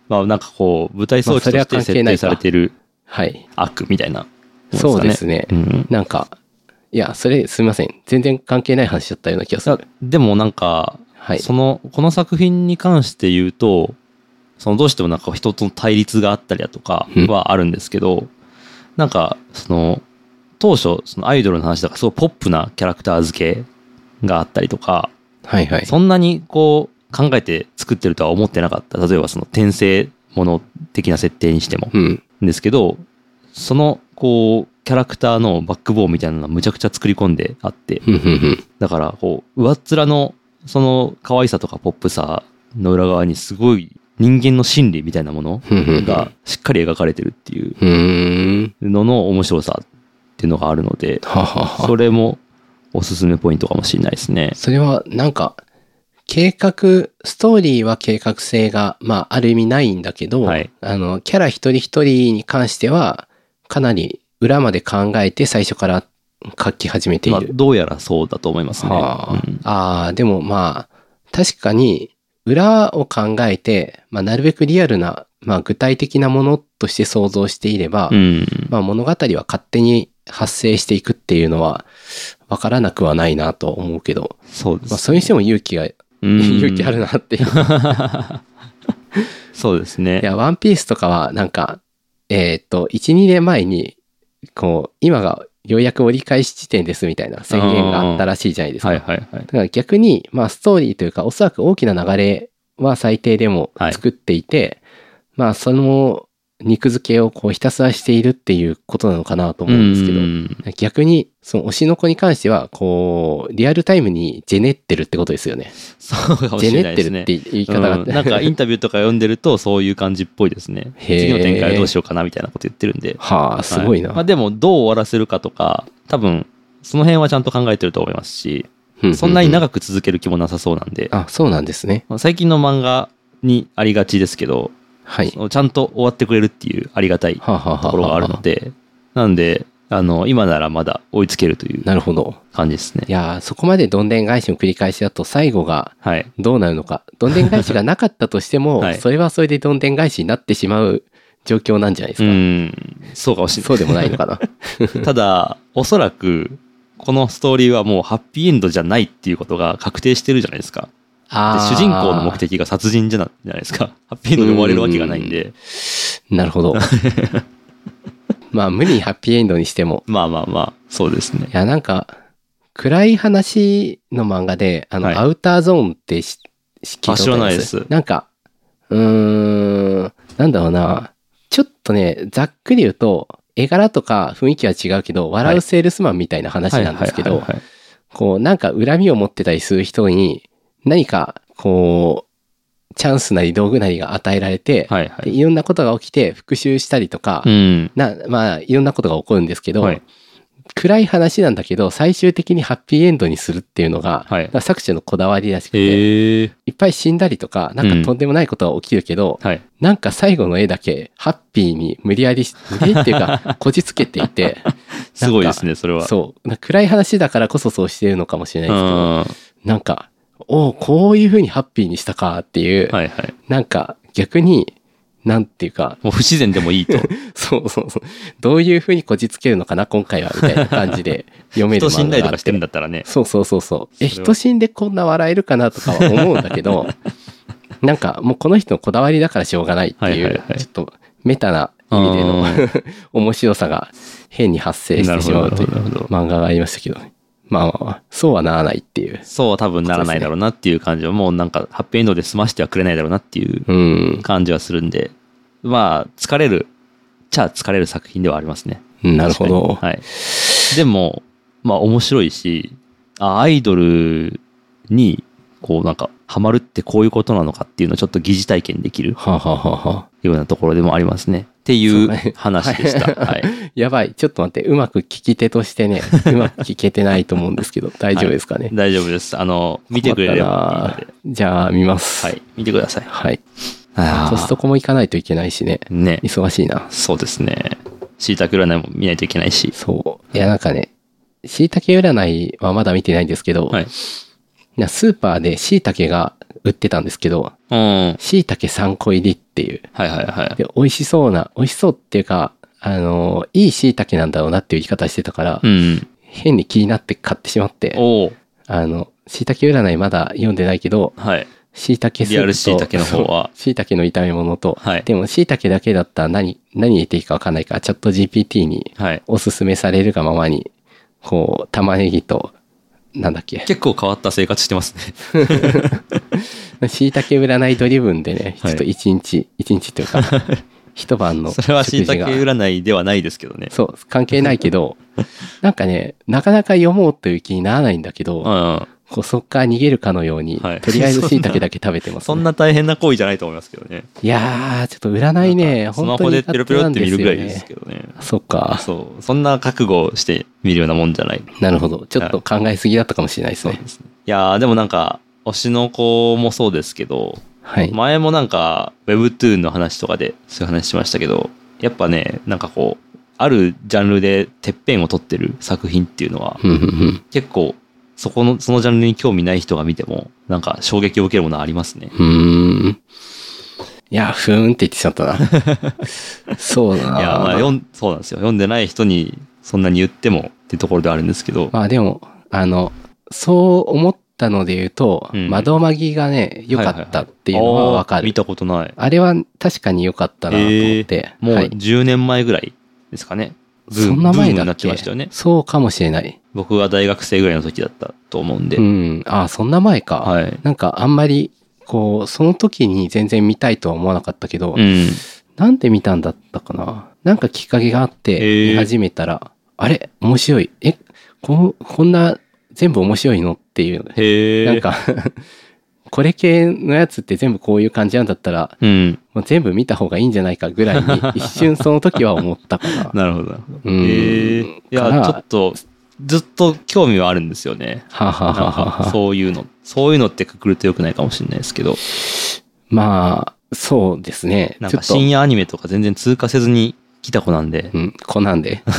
Speaker 1: まあなんかこう、舞台装置と
Speaker 2: ま
Speaker 1: し
Speaker 2: あそれ
Speaker 1: て
Speaker 2: は
Speaker 1: 設
Speaker 2: 関係な
Speaker 1: 定
Speaker 2: いか
Speaker 1: されてる
Speaker 2: はい。
Speaker 1: 悪みたいな、
Speaker 2: そうですね。
Speaker 1: うん。
Speaker 2: なんか、いや、それすみません。全然関係ない話だったような気がす
Speaker 1: だ
Speaker 2: る。
Speaker 1: でもなんか、
Speaker 2: はい。
Speaker 1: その、この作品に関して言うと、そのどうしてもなんか人との対立があったりだとか
Speaker 2: うん
Speaker 1: はあるんですけど、なんか、その、当初、そのアイドルの話だから、すごいポップなキャラクター付けがあったりとか、
Speaker 2: はいはい。
Speaker 1: そんなにこう、考えて作ってるとは思ってなかった。例えばその転生もの的な設定にしても。
Speaker 2: うん。
Speaker 1: ですけど、その、こう、キャラクターのバックボーンみたいなのがむちゃくちゃ作り込んであって、
Speaker 2: ふんふんふん
Speaker 1: だから、こう、上っ面の、その、可愛さとかポップさの裏側にすごい人間の心理みたいなもの
Speaker 2: ふんふんふん
Speaker 1: がしっかり描かれてるっていう
Speaker 2: うーん。
Speaker 1: のの面白さっていうのがあるので、
Speaker 2: ははは
Speaker 1: それもおすすめポイントかもしれないですね。
Speaker 2: それはなんか、計画、ストーリーは計画性が、まあ、ある意味ないんだけど、
Speaker 1: はい
Speaker 2: あの、キャラ一人一人に関しては、かなり裏まで考えて最初から書き始めてい
Speaker 1: まあ、
Speaker 2: る。
Speaker 1: どうやらそうだと思いますね。
Speaker 2: は
Speaker 1: うん
Speaker 2: あ、あーでもまあ、確かに、裏を考えて、まあ、なるべくリアルな、まあ、具体的なものとして想像していれば、
Speaker 1: うん。
Speaker 2: まあ、物語は勝手に発生していくっていうのは、わからなくはないなと思うけど、
Speaker 1: そうで
Speaker 2: まあ、
Speaker 1: す。
Speaker 2: それにしても勇気が
Speaker 1: うん
Speaker 2: 勇気あるなっていう。い
Speaker 1: そうですね。
Speaker 2: や、ワンピースとかはなんか、えーっと、1、2年前に、こう、今がようやく折り返し地点ですみたいな宣言があったらしいじゃないですか。
Speaker 1: はい
Speaker 2: だ
Speaker 1: はいはい。
Speaker 2: から逆に、まあストーリーというか、おそらく大きな流れは最低でも
Speaker 1: はい
Speaker 2: 作っていて、まあその肉付けをこうひたすらしているっていうことなのかなと思うんですけど、
Speaker 1: うん
Speaker 2: 逆に、その推しの子に関しては、こう、リアルタイムにジェネってるってことですよね。
Speaker 1: そうかも
Speaker 2: ジ
Speaker 1: しれ
Speaker 2: ェ
Speaker 1: ないで
Speaker 2: ネって
Speaker 1: す
Speaker 2: る
Speaker 1: ね
Speaker 2: っ。て言い方があ
Speaker 1: う
Speaker 2: っ
Speaker 1: ん
Speaker 2: て、
Speaker 1: なんかインタビューとか読んでるとそういう感じっぽいですね
Speaker 2: へー
Speaker 1: 次の展開どうしようかなみたいなこと言ってるんで
Speaker 2: はあ、すごいな。
Speaker 1: はまあ、でもどう終わらせるかとか多分その辺はちゃんと考えてると思いますし
Speaker 2: ううう
Speaker 1: そんなに長く続ける気もなさそうなんで、
Speaker 2: あ、そうなんですね。
Speaker 1: まあ最近の漫画にありがちですけど、
Speaker 2: はい。
Speaker 1: そのちゃんと終わってくれるっていうありがたいと
Speaker 2: はあはあはあはあ
Speaker 1: ころがあるのでなんであの今ならまだ追いつけるという
Speaker 2: なるほど。
Speaker 1: 感じですね
Speaker 2: いやーそこまでどんでん返しの繰り返しだと最後が
Speaker 1: はい
Speaker 2: どうなるのか。どんでん返しがなかったとしても、
Speaker 1: はい
Speaker 2: それはそれでどんでん返しになってしまう状況なんじゃないです
Speaker 1: う
Speaker 2: か。
Speaker 1: んそうかもしれない
Speaker 2: そうでもない のかな。
Speaker 1: ただ、おそらく、このストーリーはもうハッピーエンドじゃないっていうことが確定してるじゃないですか。で
Speaker 2: あー
Speaker 1: 主人公の目的が殺人じゃなじゃないですか。ハッピーエンドで終われるわけがないんで、
Speaker 2: なる ほど。まあ、無理にハッピーエンドにしても。
Speaker 1: まあまあまあ、そうですね
Speaker 2: い。や、なんか、暗い話の漫画で、あの、
Speaker 1: はい
Speaker 2: アウターゾーンってしし聞いたことあります
Speaker 1: あ知らないです
Speaker 2: なんか、うーん、なんだろうな、ちょっとね、ざっくり言うと、絵柄とか雰囲気は違うけど、笑うセールスマンみたいな話なんですけ
Speaker 1: はい
Speaker 2: ど
Speaker 1: はい、はいはい
Speaker 2: こう、なんか恨みを持ってたりする人に、何か、こう、チャンスなり道具なりが与えられて、
Speaker 1: はいは
Speaker 2: で
Speaker 1: い。
Speaker 2: いろんなことが起きて復讐したりとか、
Speaker 1: うん。
Speaker 2: な、まあ、いろんなことが起こるんですけど、
Speaker 1: はい
Speaker 2: 暗い話なんだけど、最終的にハッピーエンドにするっていうのが、
Speaker 1: はい
Speaker 2: なんか作者のこだわりらしくて、
Speaker 1: へえ
Speaker 2: いっぱい死んだりとか、なん
Speaker 1: うん
Speaker 2: かとんでもないことが起きるけど、
Speaker 1: はい。
Speaker 2: なんか最後の絵だけ、ハッピーに無理や りし、無理やりっていうか、こじつけていて、
Speaker 1: すごいですね、それは。
Speaker 2: そう、なんか暗い話だからこそそうしてるのかもしれ
Speaker 1: う
Speaker 2: なんいですけど、
Speaker 1: は
Speaker 2: なんか、おおこういう風にハッピーにしたかってい
Speaker 1: い
Speaker 2: う、
Speaker 1: はい。
Speaker 2: なんか逆に、なんていうか、
Speaker 1: もう不自然でもい いと。
Speaker 2: そうそうそう。どういうふうにこじつけるのかな、今回は、みたいな感じで読める
Speaker 1: 人
Speaker 2: 漫
Speaker 1: 死んだ
Speaker 2: 画
Speaker 1: り
Speaker 2: が
Speaker 1: と
Speaker 2: あ
Speaker 1: か
Speaker 2: っ
Speaker 1: してるんだ
Speaker 2: て。
Speaker 1: ったらね。
Speaker 2: そうそうそうそう。え、
Speaker 1: それは
Speaker 2: 人死んでこんな笑えるかなとかは思うんだ けど、なんかもうこの人のこだわりだからしょうがないっていう、
Speaker 1: はいはいはい
Speaker 2: ちょっとメタな意味での
Speaker 1: あ
Speaker 2: 面白さが変に発生してしまうという
Speaker 1: なるほどなるほ
Speaker 2: 漫画がありましたけどね。まあまあまあ、そうはならないっていう。
Speaker 1: そうは多分ならないだろうなっていう感じは、もうなんか、ハッピーエンドで済ましてはくれないだろうなっていう
Speaker 2: うん。
Speaker 1: 感じはするんで、まあ、疲れる、じゃあ疲れる作品ではありますね。
Speaker 2: なるほど
Speaker 1: 確。かにはい。でも、まあ面白いし、あアイドルに、こうなんか、ハマるってこういうことなのかっていうのをちょっと疑似体験できる
Speaker 2: はあ、はあはあはあ
Speaker 1: ようなところでもありますね。ってい
Speaker 2: そううね
Speaker 1: 話でした。はい。
Speaker 2: やばい。ちょっと待って。うまく聞き手とし てね、うまく聞けてないと思うんですけど、大丈夫ですかね。
Speaker 1: 大丈夫です。あの、見てくれればいいの
Speaker 2: 困っ
Speaker 1: で。
Speaker 2: たなじゃあ、見ます。
Speaker 1: は。い。見てください。
Speaker 2: はい。
Speaker 1: あー
Speaker 2: コストコも行かないといけないしね。
Speaker 1: ね。
Speaker 2: 忙しいな。
Speaker 1: そうですね。椎茸占いも見ないといけないし。
Speaker 2: そう。いや、なんかね、椎茸占いはまだ見てないんですけど、
Speaker 1: はい。
Speaker 2: なスーパーで椎茸が売ってたんですけど、
Speaker 1: うん。はい
Speaker 2: 椎茸3個入りっていう。
Speaker 1: はいはい。
Speaker 2: で、美味しそうな、美味しそうっていうか、あの、いい椎茸なんだろうなっていう言い方してたから、
Speaker 1: うん。
Speaker 2: 変に気になって買ってしまって、
Speaker 1: おお
Speaker 2: あの、椎茸占いまだ読んでないけど、
Speaker 1: はい。
Speaker 2: 椎茸スープと
Speaker 1: リアル椎茸の方は
Speaker 2: そう椎茸の炒め物と、
Speaker 1: はい
Speaker 2: でも椎茸だけだったら何、何入れていいかわかんないから、チャット GPT に
Speaker 1: はい。
Speaker 2: おすすめされるがままに、こう、玉ねぎと、なんだっけ、
Speaker 1: 結構変わった生活してます ね。
Speaker 2: 椎茸占いドリブンでね、ち
Speaker 1: は
Speaker 2: ょ
Speaker 1: い
Speaker 2: っと一日、一日 というか、一晩の
Speaker 1: それは
Speaker 2: 食
Speaker 1: 椎
Speaker 2: 事が
Speaker 1: 茸。占いではないですけどね。
Speaker 2: そう、関係ないけ ど、なんかね、なかなか読もうという気にならないんだけ
Speaker 1: うんう
Speaker 2: ど、
Speaker 1: ん。
Speaker 2: こうそっから逃げるかのように、
Speaker 1: はい
Speaker 2: とりあえず椎茸だけ食べてます、ね。
Speaker 1: そんな大変な行為じゃないと思いますけどね。
Speaker 2: いやー、ちょっと占いね、
Speaker 1: ス
Speaker 2: 本
Speaker 1: マ
Speaker 2: 当
Speaker 1: ホ
Speaker 2: に
Speaker 1: で
Speaker 2: 苦
Speaker 1: ペロペ
Speaker 2: 手
Speaker 1: ロ
Speaker 2: なん
Speaker 1: って
Speaker 2: で
Speaker 1: 見
Speaker 2: す
Speaker 1: るぐ
Speaker 2: よ
Speaker 1: らいです
Speaker 2: ね。
Speaker 1: けどね。
Speaker 2: そっか。
Speaker 1: そう。そんな覚悟をして見るようなもんじゃない。
Speaker 2: なるほど。ちょっと考えすぎだったかもしれないですね。
Speaker 1: いやー、でもなんか、推しの子もそうですけど、
Speaker 2: はい。
Speaker 1: 前もなんか Webtoon の話とかでそういう話しましたけどやっぱねなんかこうあるジャンルでてっぺんを取ってる作品っていうのは
Speaker 2: うんうんうん
Speaker 1: 結構そこのそのジャンルに興味ない人が見てもなんか衝撃を受けるものありますね。
Speaker 2: うーん。いや、ふーんって言ってしまったな。 そうだ
Speaker 1: い
Speaker 2: な。
Speaker 1: やまあ読んそうなんですよ読んでない人にそんなに言ってもっていうところではあるんですけど、
Speaker 2: まあでも、あの、そう思ったので言うと、
Speaker 1: うん
Speaker 2: 窓マギがね、良かったっていうのはわか
Speaker 1: あー見
Speaker 2: る。
Speaker 1: たことない。
Speaker 2: あれは確かに良かったなと思って。
Speaker 1: もう
Speaker 2: はい
Speaker 1: 10年前ぐらいですかね。ブー
Speaker 2: そ
Speaker 1: ム
Speaker 2: んな前
Speaker 1: ブームに
Speaker 2: だ
Speaker 1: な
Speaker 2: っ
Speaker 1: ってま
Speaker 2: け
Speaker 1: したよね。
Speaker 2: そうかもしれない。
Speaker 1: 僕が大学生ぐらいの時だったと思うんで。
Speaker 2: うん。ああ、そんな前か。
Speaker 1: はい。
Speaker 2: なんかあんまり、こう、その時に全然見たいとは思わなかったけど、
Speaker 1: うん。
Speaker 2: なんで見たんだったかななんかきっかけがあっ
Speaker 1: へ
Speaker 2: て、
Speaker 1: ー
Speaker 2: 見始めたら、あれ面白い。えこ、こんな全部面白いのっていう。
Speaker 1: へえ。
Speaker 2: なんか、 これ系のやつって全部こういう感じなんだったら、
Speaker 1: うん。
Speaker 2: もう全部見た方がいいんじゃないかぐら いに、一瞬その時は思ったかな。
Speaker 1: なるほどなるほど。
Speaker 2: うん
Speaker 1: へえい
Speaker 2: か
Speaker 1: や、
Speaker 2: ら
Speaker 1: ちょっと、ずっと興味はあるんですよね。
Speaker 2: はあはあは
Speaker 1: な
Speaker 2: あ
Speaker 1: ん
Speaker 2: は
Speaker 1: か
Speaker 2: あ、
Speaker 1: そういうの、そういうのってくくるとよくないかもしれないですけど、
Speaker 2: まあ、そうですね。
Speaker 1: なん
Speaker 2: ちょ
Speaker 1: か
Speaker 2: っと、
Speaker 1: 深夜アニメとか全然通過せずに来た子なんで、
Speaker 2: うん、コナンで。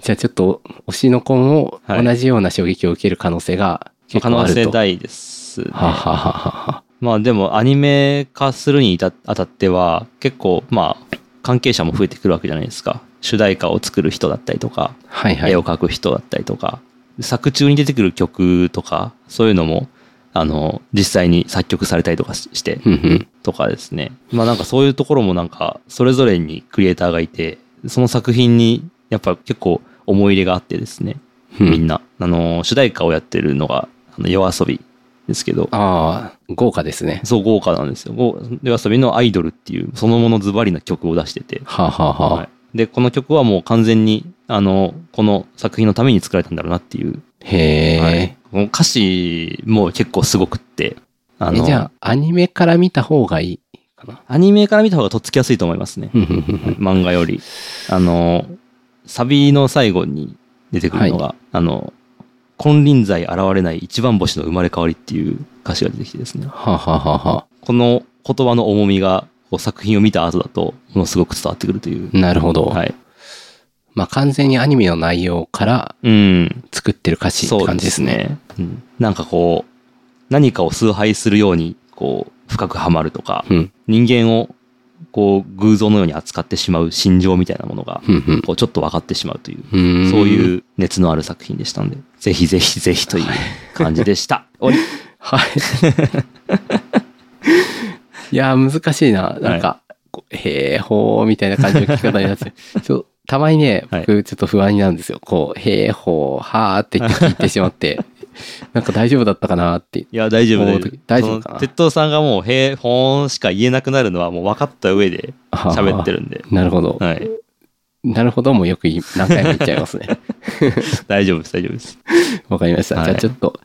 Speaker 2: じゃあちょっと、推しの子も
Speaker 1: はい
Speaker 2: 同じような衝撃を受ける可能性が結
Speaker 1: 可
Speaker 2: 構あ
Speaker 1: 能
Speaker 2: ると。
Speaker 1: 性大ですね。
Speaker 2: はあはあはあはあ
Speaker 1: まあでもアニメ化するに至あたっては、結構まあ、関係者も増えてくるわけじゃないですか。主題歌を作る人だったりとか、
Speaker 2: はいはい。
Speaker 1: 絵を描く人だったりとか、作中に出てくる曲とか、そういうのも、あの、実際に作曲されたりとかしして、
Speaker 2: うんうん。
Speaker 1: とかですね。まあなんかそういうところもなんか、それぞれにクリエイターがいて、その作品にやっぱ結構思い入れがあってですね、
Speaker 2: うん
Speaker 1: みんな。あの、主題歌をやってるのが、あの夜遊びですけど、
Speaker 2: ああ、豪華ですね。
Speaker 1: そう豪華なんですよ。ご夜遊びのアイドルっていう、そのものズバリな曲を出してて、
Speaker 2: はあはあはあ。
Speaker 1: はい、でこの曲はもう完全にあのこの作品のために作られたんだろうなっていう、
Speaker 2: へえ、
Speaker 1: はいこの歌詞も結構すごくってあ
Speaker 2: え
Speaker 1: の
Speaker 2: じゃあ、アニメから見た方がいいかな。
Speaker 1: アニメから見た方がとっつきやすいと思いますね
Speaker 2: ふんふんふんふん
Speaker 1: 漫画よりあのサビの最後に出てくるのが、あの金輪際現れない一番星の生まれ変わりっていう歌詞が出てきてですね
Speaker 2: はあはあはあは
Speaker 1: この言葉の重みがこう作品を見た後だとものすごく伝わってくるという
Speaker 2: あ。なるほど。
Speaker 1: はい
Speaker 2: まあ、完全にアニメの内容から
Speaker 1: うん
Speaker 2: 作ってる歌詞って感じですね。
Speaker 1: そうですね。うんなんかこう、何かを崇拝するように、こう、深くハマるとか、
Speaker 2: うん
Speaker 1: 人間を、こう、偶像のように扱ってしまう心情みたいなものが、
Speaker 2: ふんふん
Speaker 1: こう、ちょっと分かってしまうという、
Speaker 2: うーん
Speaker 1: そういう熱のある作品でしたんで、ぜひぜひぜひという感じで した。おり
Speaker 2: はい。い やー、難しいな。なんか、こうへーほーみたいな感じの聞き方に なって、ちょたまにね、
Speaker 1: はい
Speaker 2: 僕ちょっと不安になるんですよ。こう、へーほーはーって言って聞いてし まって、なんか大丈夫だったかなって。
Speaker 1: いや、大丈夫
Speaker 2: もう
Speaker 1: 大丈夫。
Speaker 2: 大丈夫かな
Speaker 1: その鉄道さんがもう、へーほーんしか言えなくなるのはもう分かった上で喋って
Speaker 2: る。
Speaker 1: るんで、
Speaker 2: なるほど。
Speaker 1: はい。
Speaker 2: なるほどもよく言い何回も言っちゃ いますね。
Speaker 1: 大丈夫です、大丈夫です。
Speaker 2: わかりました。
Speaker 1: はい
Speaker 2: じゃあちょっと、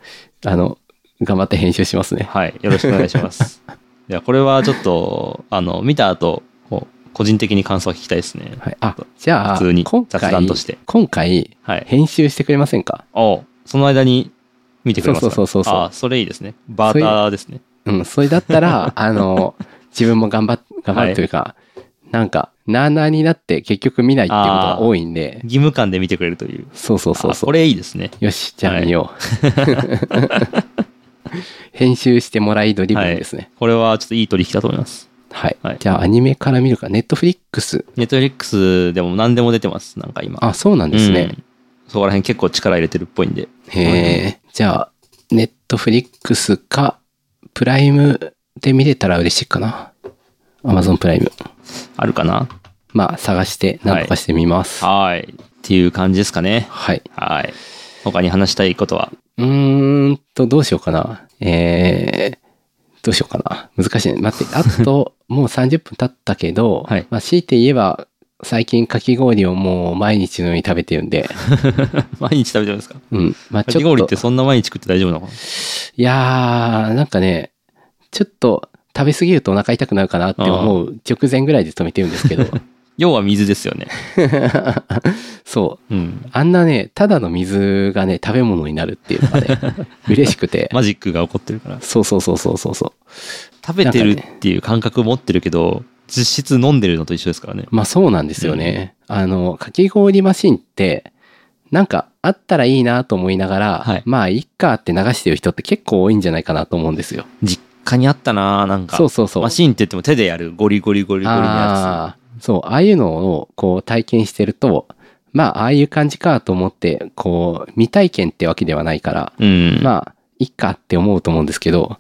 Speaker 2: あの、頑張って編集しますね。
Speaker 1: はい、よろしくお願いします。 いや、これはちょっと、あの、見た後、こう個人的に感想を聞きたいですね。
Speaker 2: はい。あ、じゃあ、
Speaker 1: 普通に
Speaker 2: 今回
Speaker 1: 雑談として
Speaker 2: 今回、
Speaker 1: はい。
Speaker 2: 編集してくれませんか
Speaker 1: おその間に見てくれますか
Speaker 2: そうそうそうそうそう
Speaker 1: あ、それいいですね。バーターですね。
Speaker 2: うん、それだった ら、あの、自分も頑張っ、頑張るというか、なんか、なあなあになって結局見ないっていうことが多いんで、
Speaker 1: 義務感で見てくれるという。
Speaker 2: そうそうそう
Speaker 1: あこ
Speaker 2: そ
Speaker 1: れいいですね。
Speaker 2: う。よし、じゃあ見よう。 編集してもらいドリブンですね。
Speaker 1: これはちょっといい取引だと思います。
Speaker 2: はい。
Speaker 1: はい
Speaker 2: じゃあアニメから見るか、ネットフリックス。
Speaker 1: ネットフリックスでも何でも出てます。なんか今。
Speaker 2: あ、そうなんですね。
Speaker 1: うんそこら辺結構力入れてるっぽいんで。
Speaker 2: へえ。じゃあ、ネットフリックスか、プライムで見れたら嬉しいかな。アマゾンプライム。
Speaker 1: あるかな
Speaker 2: まあ、探して、なんとかしてみます。はい。
Speaker 1: はい。っていう感じですかね。はい。他に話したいことは。
Speaker 2: うーんと、どうしようかな。えー、どうしようかな。難しいね。待って、あと、もう30分経ったけど、
Speaker 1: はい
Speaker 2: まあ、強いて言えば、最近かき氷をもう毎日のように食べてるんで、
Speaker 1: 毎日食べてますか
Speaker 2: うん。まあ、
Speaker 1: か
Speaker 2: ちょっ
Speaker 1: き
Speaker 2: と。
Speaker 1: 氷ってそんな毎日食って大丈夫なの
Speaker 2: いやー、なんかね、ちょっと食べ過ぎるとお腹痛くなるかなって思う直前ぐらいで止めてるんで すけど、
Speaker 1: 要は水ですよね。
Speaker 2: そう。
Speaker 1: うん。
Speaker 2: あんなね、ただの水がね、食べ物になるっていうのがね、嬉しく て。
Speaker 1: マジックが起こってるから。
Speaker 2: そうそうそうそうそうそう。
Speaker 1: 食べてるっていう感覚を持ってるけど、実質飲んでるのと一緒ですからね。
Speaker 2: まあそうなんですよね。あの、かき氷マシンって、なんかあったらいいなと思いながら、
Speaker 1: はい
Speaker 2: まあいっかって流してる人って結構多いんじゃないかなと思うんですよ。
Speaker 1: 実家にあったななんか。
Speaker 2: そうそうそう。
Speaker 1: マシンって言っても手でやるゴリゴリゴリゴリのや
Speaker 2: ああーそう、ああいうのをこう体験してると、まあ、ああいう感じかと思って、こう、未体験ってわけではないから、
Speaker 1: つ。うん。
Speaker 2: まあ、いっかって思うと思うんですけど、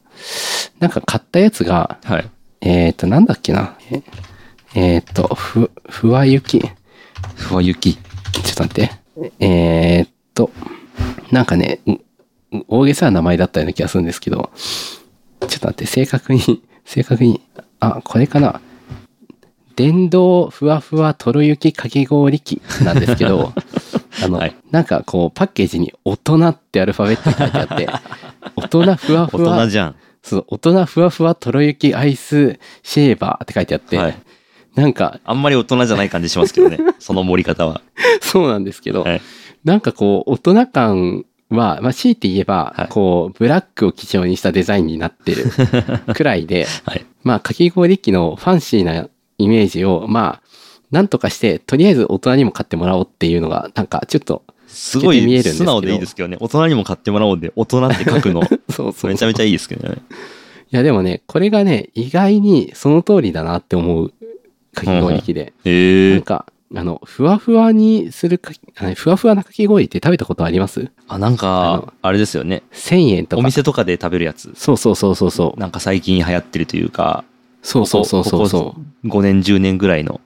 Speaker 2: なんか買ったやつが、
Speaker 1: はい。
Speaker 2: えっ、と、なんだっけな。ええーと、ふ、ふわゆき。ちょ
Speaker 1: ふわゆき。
Speaker 2: っと待って。えっ、と、なんかね、ん大げさな名前だったような気がするんですけど、ちょっと待って、正確に、 正確に、あ、これかな。電動ふわふわとろゆきかき氷機なんです けど、あの、
Speaker 1: はい
Speaker 2: なんかこう、パッケージに大人ってアルファベットに書いて あって、大人ふわ
Speaker 1: 大
Speaker 2: ふ
Speaker 1: 人
Speaker 2: わ、
Speaker 1: じゃん。
Speaker 2: そう、大人ふわふわとろゆきアイスシェーバーって書いてあって、
Speaker 1: はい
Speaker 2: なんか、
Speaker 1: あんまり大人じゃない感じしますけ どね。その盛り方は。
Speaker 2: そうなんですけど、
Speaker 1: はい。
Speaker 2: なんかこう、大人感は、まあ、強いて言えば、
Speaker 1: はい
Speaker 2: こう、ブラックを基調にしたデザインになっ てるくらいで、
Speaker 1: はい。
Speaker 2: まあ、かき氷機のファンシーなイメージを、まあ、なんとかして、とりあえず大人にも買ってもらおうっていうのが、なんかちょっと、
Speaker 1: すご
Speaker 2: 透けて見える
Speaker 1: い
Speaker 2: んですけど
Speaker 1: 素直でいいですけどね。大人にも買ってもらおうで、大人って書 くの、
Speaker 2: そうそう。
Speaker 1: めちゃめちゃいいですけどね。
Speaker 2: いや、でもね、これがね、意外にその通りだなって思うかき氷機で。
Speaker 1: へ
Speaker 2: なん
Speaker 1: え。
Speaker 2: か、あの、ふわふわにするかき、あのふわふわなかき氷って食べたことあります
Speaker 1: あ、なんか、あれですよね。
Speaker 2: ?1000 円とか。
Speaker 1: お店とかで食べるやつ。
Speaker 2: そうそうそうそうそう。
Speaker 1: なんか最近流行ってるというか、
Speaker 2: そうそうそうそうそう。
Speaker 1: 5年、10年ぐらいの、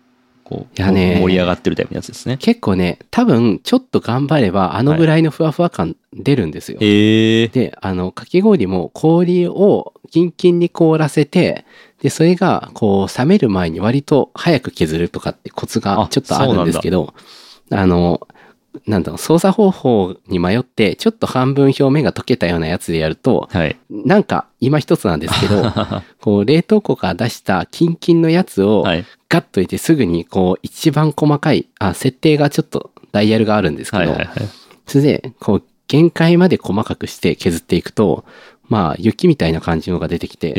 Speaker 1: こう、
Speaker 2: いやね
Speaker 1: 盛り上がってるタイプのやつですね。
Speaker 2: 結構ね、多分、ちょっと頑張れば、あのぐらいのふわふわ感出るんですよ。
Speaker 1: へえ。
Speaker 2: で、あの、かき氷も氷をキンキンに凍らせて、で、それが、こう、冷める前に割と早く削るとかってコツが
Speaker 1: あ
Speaker 2: ちょっとあるんですけど、あの、なんだろう、操作方法に迷って、ちょっと半分表面が溶けたようなやつでやると、
Speaker 1: はい。
Speaker 2: なんか、今一つなんですけど、 こう、冷凍庫から出したキンキンのやつを、
Speaker 1: はい。
Speaker 2: ガッと入れてすぐに、こう、一番細かい、あ、設定がちょっとダイヤルがあるんですけど、
Speaker 1: はいはいはい。
Speaker 2: それで、こう、限界まで細かくして削っていくと、まあ、雪みたいな感じのが出てきて、
Speaker 1: へ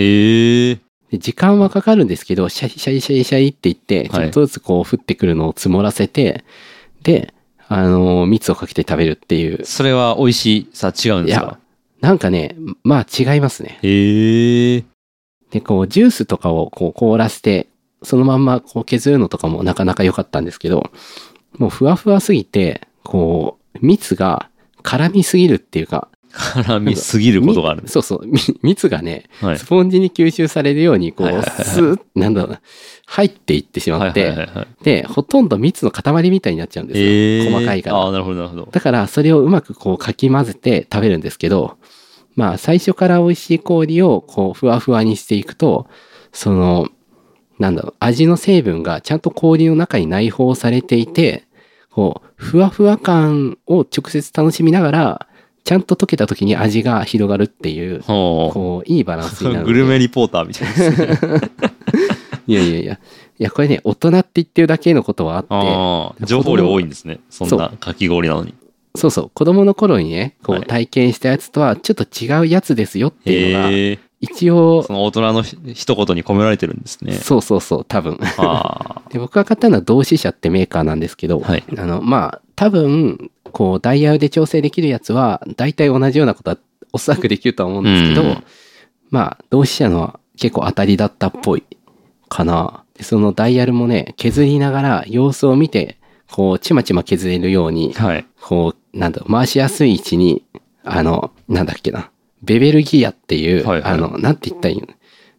Speaker 1: え。
Speaker 2: で時間はかかるんですけど、シャリシャリシャリシャリっていって、ち
Speaker 1: はい
Speaker 2: ょっとずつこう、降ってくるのを積もらせて、で、あのー蜜をかけて食べるっていう。
Speaker 1: それは美味しさ違うん
Speaker 2: い
Speaker 1: ですか
Speaker 2: や、なんかね、まあ違いますね。
Speaker 1: へえ。
Speaker 2: で、こう、ジュースとかをこう凍らせて、そのまんまこう削るのとかもなかなか良かったんですけど、もうふわふわすぎて、こう、蜜が絡みすぎるっていうか、
Speaker 1: 絡みすぎること があるん
Speaker 2: み
Speaker 1: です。
Speaker 2: そうそう。み蜜がね、
Speaker 1: はい
Speaker 2: ス。ポンジに吸収されるように、こ
Speaker 1: はいは
Speaker 2: う、
Speaker 1: いはいはい
Speaker 2: スーッ、なんだろうな、入っていってしまっ
Speaker 1: はいはい
Speaker 2: て、
Speaker 1: はいはい
Speaker 2: で、ほとんど蜜の塊みたいになっちゃうんですよ。
Speaker 1: ええ
Speaker 2: 細かいから
Speaker 1: ああ、なるほど、なるほど。
Speaker 2: だから、それをうまくこう、かき混ぜて食べるんですけど、まあ、最初から美味しい氷を、こう、ふわふわにしていくと、その、なんだろう、味の成分がちゃんと氷の中に内包されていて、こう、ふわふわ感を直接楽しみながら、ちゃんと溶けた時に味が広がるっていう、
Speaker 1: ほ
Speaker 2: こう、いいバランスになる
Speaker 1: う。
Speaker 2: の
Speaker 1: グ
Speaker 2: で。
Speaker 1: ルメリポーターみたいな ですね。
Speaker 2: いやいやいや。いや、これね、大人って言ってるだけのことはあって、
Speaker 1: ああ、情報量多いんですね。そんなかき氷なのに。
Speaker 2: そうそう、子供の頃にね、こ
Speaker 1: は
Speaker 2: う
Speaker 1: い
Speaker 2: 体験したやつとはちょっと違うやつですよっていうのが、
Speaker 1: へえ。
Speaker 2: 一応
Speaker 1: そ、の大人のひ一言に込められてるんですね。
Speaker 2: そうそうそう、多分。
Speaker 1: あ
Speaker 2: で、僕が買ったのは同志社ってメーカーなんですけど、
Speaker 1: はい
Speaker 2: あの、まあ、多分、こう、ダイヤルで調整できるやつは、大体同じようなことは、おそらくできるとは思うんですけど、
Speaker 1: うん
Speaker 2: まあ、同志社のは結構当たりだったっぽいかな。でそのダイヤルもね、削りながら様子を見て、こう、ちまちま削れるように、
Speaker 1: あ。はい。
Speaker 2: こう、なんだ、回しやすい位置に、あの、なんだっけな、ベベルギアっていう、
Speaker 1: はいはい
Speaker 2: あの、なんて言ったらいいの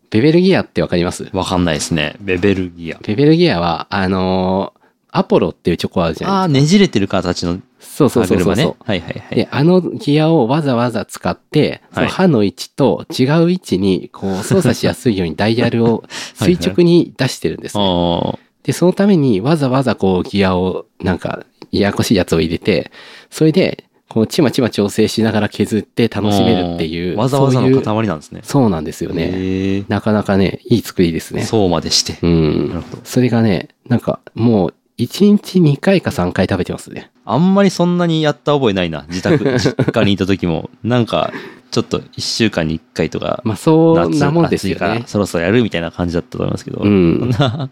Speaker 2: ベベルギアってわかります
Speaker 1: わかんないですね。ベベルギア。
Speaker 2: ベベルギアは、あのーアポロっていうチョコあるじゃ
Speaker 1: あ
Speaker 2: ない
Speaker 1: あ、ねじれてる形の
Speaker 2: ですか。そうそう
Speaker 1: 歯
Speaker 2: そうそう
Speaker 1: 車
Speaker 2: そ
Speaker 1: ね
Speaker 2: う。。
Speaker 1: はいはいはい。
Speaker 2: で、あのギアをわざわざ使って、その
Speaker 1: はい
Speaker 2: 歯の位置と違う位置にこう操作しやすいようにダイヤルを垂直に出してるんですね、
Speaker 1: ああ。
Speaker 2: で、そのためにわざわざこうギアをなんかややこしいやつを入れて、それでこうちまちま調整しながら削って楽しめるっていう。
Speaker 1: わざわざ
Speaker 2: そうい
Speaker 1: の
Speaker 2: う
Speaker 1: 塊なんですね。
Speaker 2: そうなんですよね。
Speaker 1: へえ
Speaker 2: なかなかね、いい作りですね。
Speaker 1: そうまでして。
Speaker 2: うん
Speaker 1: な。るほど。
Speaker 2: それがね、なんかもう1日2回か3回食べてますね。
Speaker 1: あんまりそんなにやった覚えないな。自宅、 実家にいた時も。なんか、ちょっと一週間に一回とか、
Speaker 2: まあそんなもんで
Speaker 1: 暑
Speaker 2: す
Speaker 1: い
Speaker 2: よ
Speaker 1: から
Speaker 2: ね。
Speaker 1: そろそろやるみたいな感じだったと思いますけど。
Speaker 2: うん
Speaker 1: そん な、なん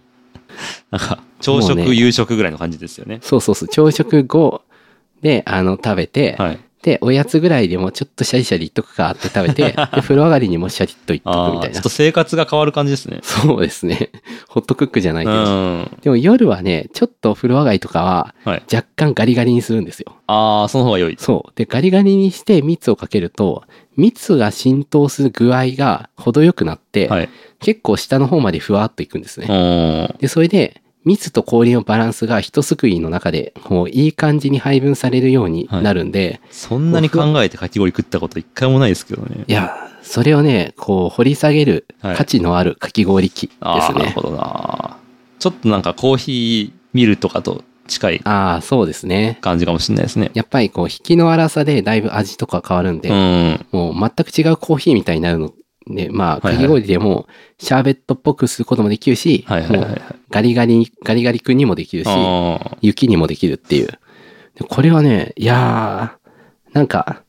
Speaker 1: か、朝食、
Speaker 2: もうね
Speaker 1: 夕食ぐらいの感じですよね。
Speaker 2: そうそうそう。朝食後で、あの、食べて、
Speaker 1: はい。
Speaker 2: で、おやつぐらいでもちょっとシャリシャリいっとくかって食べ て、で風呂上がりにもシャリっといっとく
Speaker 1: あ
Speaker 2: み
Speaker 1: あ
Speaker 2: た
Speaker 1: ー、
Speaker 2: い
Speaker 1: ちょ
Speaker 2: な
Speaker 1: っと。生活が変わる感じですね。
Speaker 2: そうですね。 ホットクックじゃないうけど。
Speaker 1: ん。
Speaker 2: でも夜はね、ちょっと風呂上がりとかは
Speaker 1: はい。
Speaker 2: 若干ガリガリにするんですよ。
Speaker 1: ああ、その方が良い。
Speaker 2: そう。で、ガリガリにして蜜をかけると、蜜が浸透する具合が程よくなって、
Speaker 1: はい。
Speaker 2: 結構下の方までふわっといくんです
Speaker 1: う
Speaker 2: ね。
Speaker 1: ん。
Speaker 2: で、それで、蜜と氷のバランスが一すくいの中で、こう、いい感じに配分されるようになるんで、
Speaker 1: そんなに考えてかき氷食ったこと一回もないですけどね。
Speaker 2: い、や、それをね、こう、掘り下げる
Speaker 1: はい
Speaker 2: 価値のあるかき氷機ですね。
Speaker 1: ああ、なるほどな。ちょっとなんかコーヒー見るとかと近い
Speaker 2: ああ、そうですね。
Speaker 1: 感じかもしれないですね。
Speaker 2: やっぱりこう、引きの荒さでだいぶ味とか変わるんで、
Speaker 1: うん。
Speaker 2: もう全く違うコーヒーみたいになるので、まあ、
Speaker 1: はいは
Speaker 2: か
Speaker 1: い
Speaker 2: き氷でも、シャーベットっぽくすることもできるし、
Speaker 1: はいはいはい
Speaker 2: も
Speaker 1: は
Speaker 2: う
Speaker 1: い。
Speaker 2: ガリガリ、ガリガリ君にもできるし、
Speaker 1: ああ
Speaker 2: 雪にもできるっていう。でこれはね、いやー、なんか、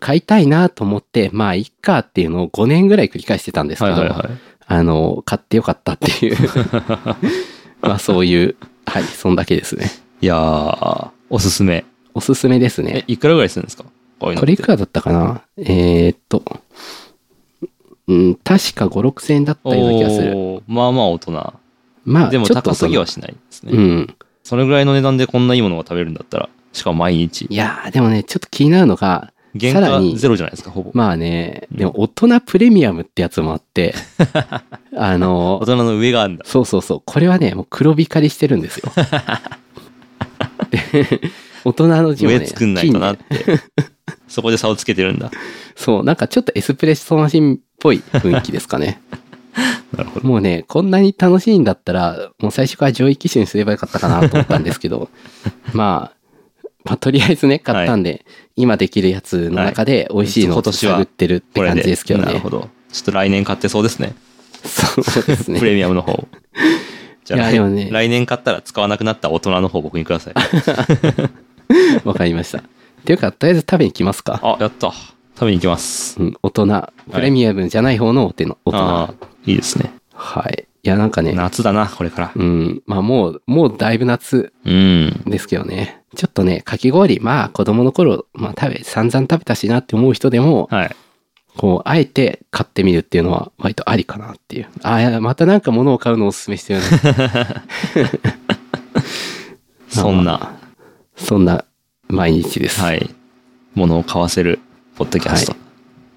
Speaker 2: 買いたいなと思って、まあ、いっかっていうのを5年ぐらい繰り返してたんですけ
Speaker 1: はい
Speaker 2: ど、
Speaker 1: はいはい。
Speaker 2: あの、買ってよかったって いう。まあ、そういう、はい、そんだけですね。
Speaker 1: いやー、おすすめ。
Speaker 2: おすすめですね
Speaker 1: え。、いくらぐらいするんですかこういうの
Speaker 2: これいくらだったかなえー、っと、うん、確か5、6千円だったような気がする。
Speaker 1: おーまあまあ大人。
Speaker 2: まあ、
Speaker 1: でも
Speaker 2: ちょっと
Speaker 1: 高
Speaker 2: そ
Speaker 1: す
Speaker 2: の
Speaker 1: ぎはしないですね。
Speaker 2: うん。
Speaker 1: それぐらいの値段でこんないいものが食べるんだったら、しかも毎日
Speaker 2: い。やー、でもね、ちょっと気になるのが、
Speaker 1: 原
Speaker 2: さら
Speaker 1: 価
Speaker 2: に
Speaker 1: ゼロじゃないですか、ほぼ。
Speaker 2: まあね、でも大人プレミアムってやつも あって、あ
Speaker 1: 大
Speaker 2: の、
Speaker 1: 人の上があるんだ。
Speaker 2: そうそうそう、これはね、もう黒光りしてるんで すよ。で大人の字をね、
Speaker 1: 上作んないとなって。そこで差をつけてるんだ。
Speaker 2: そう、なんかちょっとエスプレッソマシンっぽい雰囲気ですかね。
Speaker 1: なるほど。
Speaker 2: もうね、こんなに楽しいんだったら、もう最初から上位機種にすればよかったかなと思ったんですけ ど、まあ、まあ、とりあえずね、買ったんで、今できるやつの中で美味しいの
Speaker 1: 今
Speaker 2: を
Speaker 1: 年は
Speaker 2: 探ってるって
Speaker 1: これ
Speaker 2: 感じですけど
Speaker 1: なる
Speaker 2: ね
Speaker 1: ほ。ど。ちょっと来年買ってそうですね。
Speaker 2: そうですね
Speaker 1: プ。レミアム の方を。じゃあ
Speaker 2: いやでもね
Speaker 1: 来年買ったら使わなくなった大人の方僕にく ださい。
Speaker 2: わかりました。っていうか、とりあえず食べに来ますか。
Speaker 1: あ、やった。食べに行きます。
Speaker 2: うん、大人。プレミアムじゃない方の大人。大人
Speaker 1: ああ、いいですね。
Speaker 2: はい。いや、なんかね、
Speaker 1: 夏だな、これから。
Speaker 2: うん、まあもう、もうだいぶ夏
Speaker 1: うん。
Speaker 2: ですけどね。ちょっとね、かき氷、まあ子供の頃、まあ食べ、散々食べたしなって思う人でも、
Speaker 1: はい。
Speaker 2: こう、あえて買ってみるっていうのは割とありかなっていう。ああ、またなんか物を買うのをおすすめしてるね。
Speaker 1: そんな、
Speaker 2: そんな毎日です。。
Speaker 1: はいい。ものを買わせる、ポッドキャスト
Speaker 2: は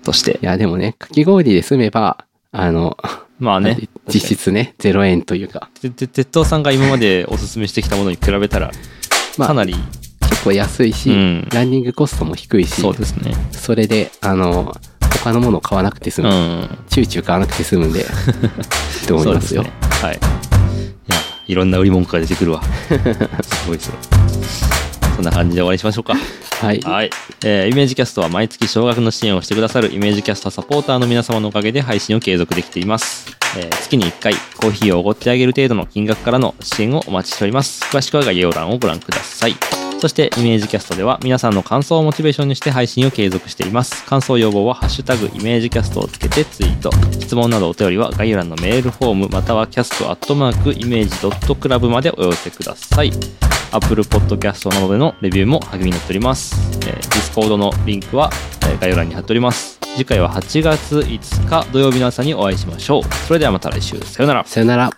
Speaker 1: として。
Speaker 2: や、でもね、かき氷で済めば、あの、
Speaker 1: まあね。
Speaker 2: 実質ね、0円というか、
Speaker 1: てて鉄道さんが今までおすすめしてきたものに比べたら、
Speaker 2: まあ
Speaker 1: かなり、
Speaker 2: 結構安いし、
Speaker 1: うん
Speaker 2: ランニングコストも低いし、
Speaker 1: そうですね。
Speaker 2: それで、あの、他のものを買わなくて済
Speaker 1: う
Speaker 2: む。
Speaker 1: ん。
Speaker 2: チューチュー買わなくて済むん で、いいと思いますよ。
Speaker 1: そうですね、はい。いや、いろんな売り文句が出てくる わ。すごいそれ。そんな感じで終わりにしましょうか。
Speaker 2: はい。
Speaker 1: はい、えーイメージキャストは毎月少額の支援をしてくださるイメージキャストサポーターの皆様のおかげで配信を継続できています、えー月に1回コーヒーをおごってあげる程度の金額からの支援をお待ちしております詳しくは概要欄をご覧くださいそしてイメージキャストでは皆さんの感想をモチベーションにして配信を継続しています。感想要望はハッシュタグイメージキャストをつけてツイート。質問などお便りは概要欄のメールフォームまたはキャストアットマークイメージドットクラブまでお寄せください。Apple Podcast などでのレビューも励みになっております。えー Discord のリンクはえー概要欄に貼っております。次回は8月5日土曜日の朝にお会いしましょう。それではまた来週。さようなら。
Speaker 2: さよなら。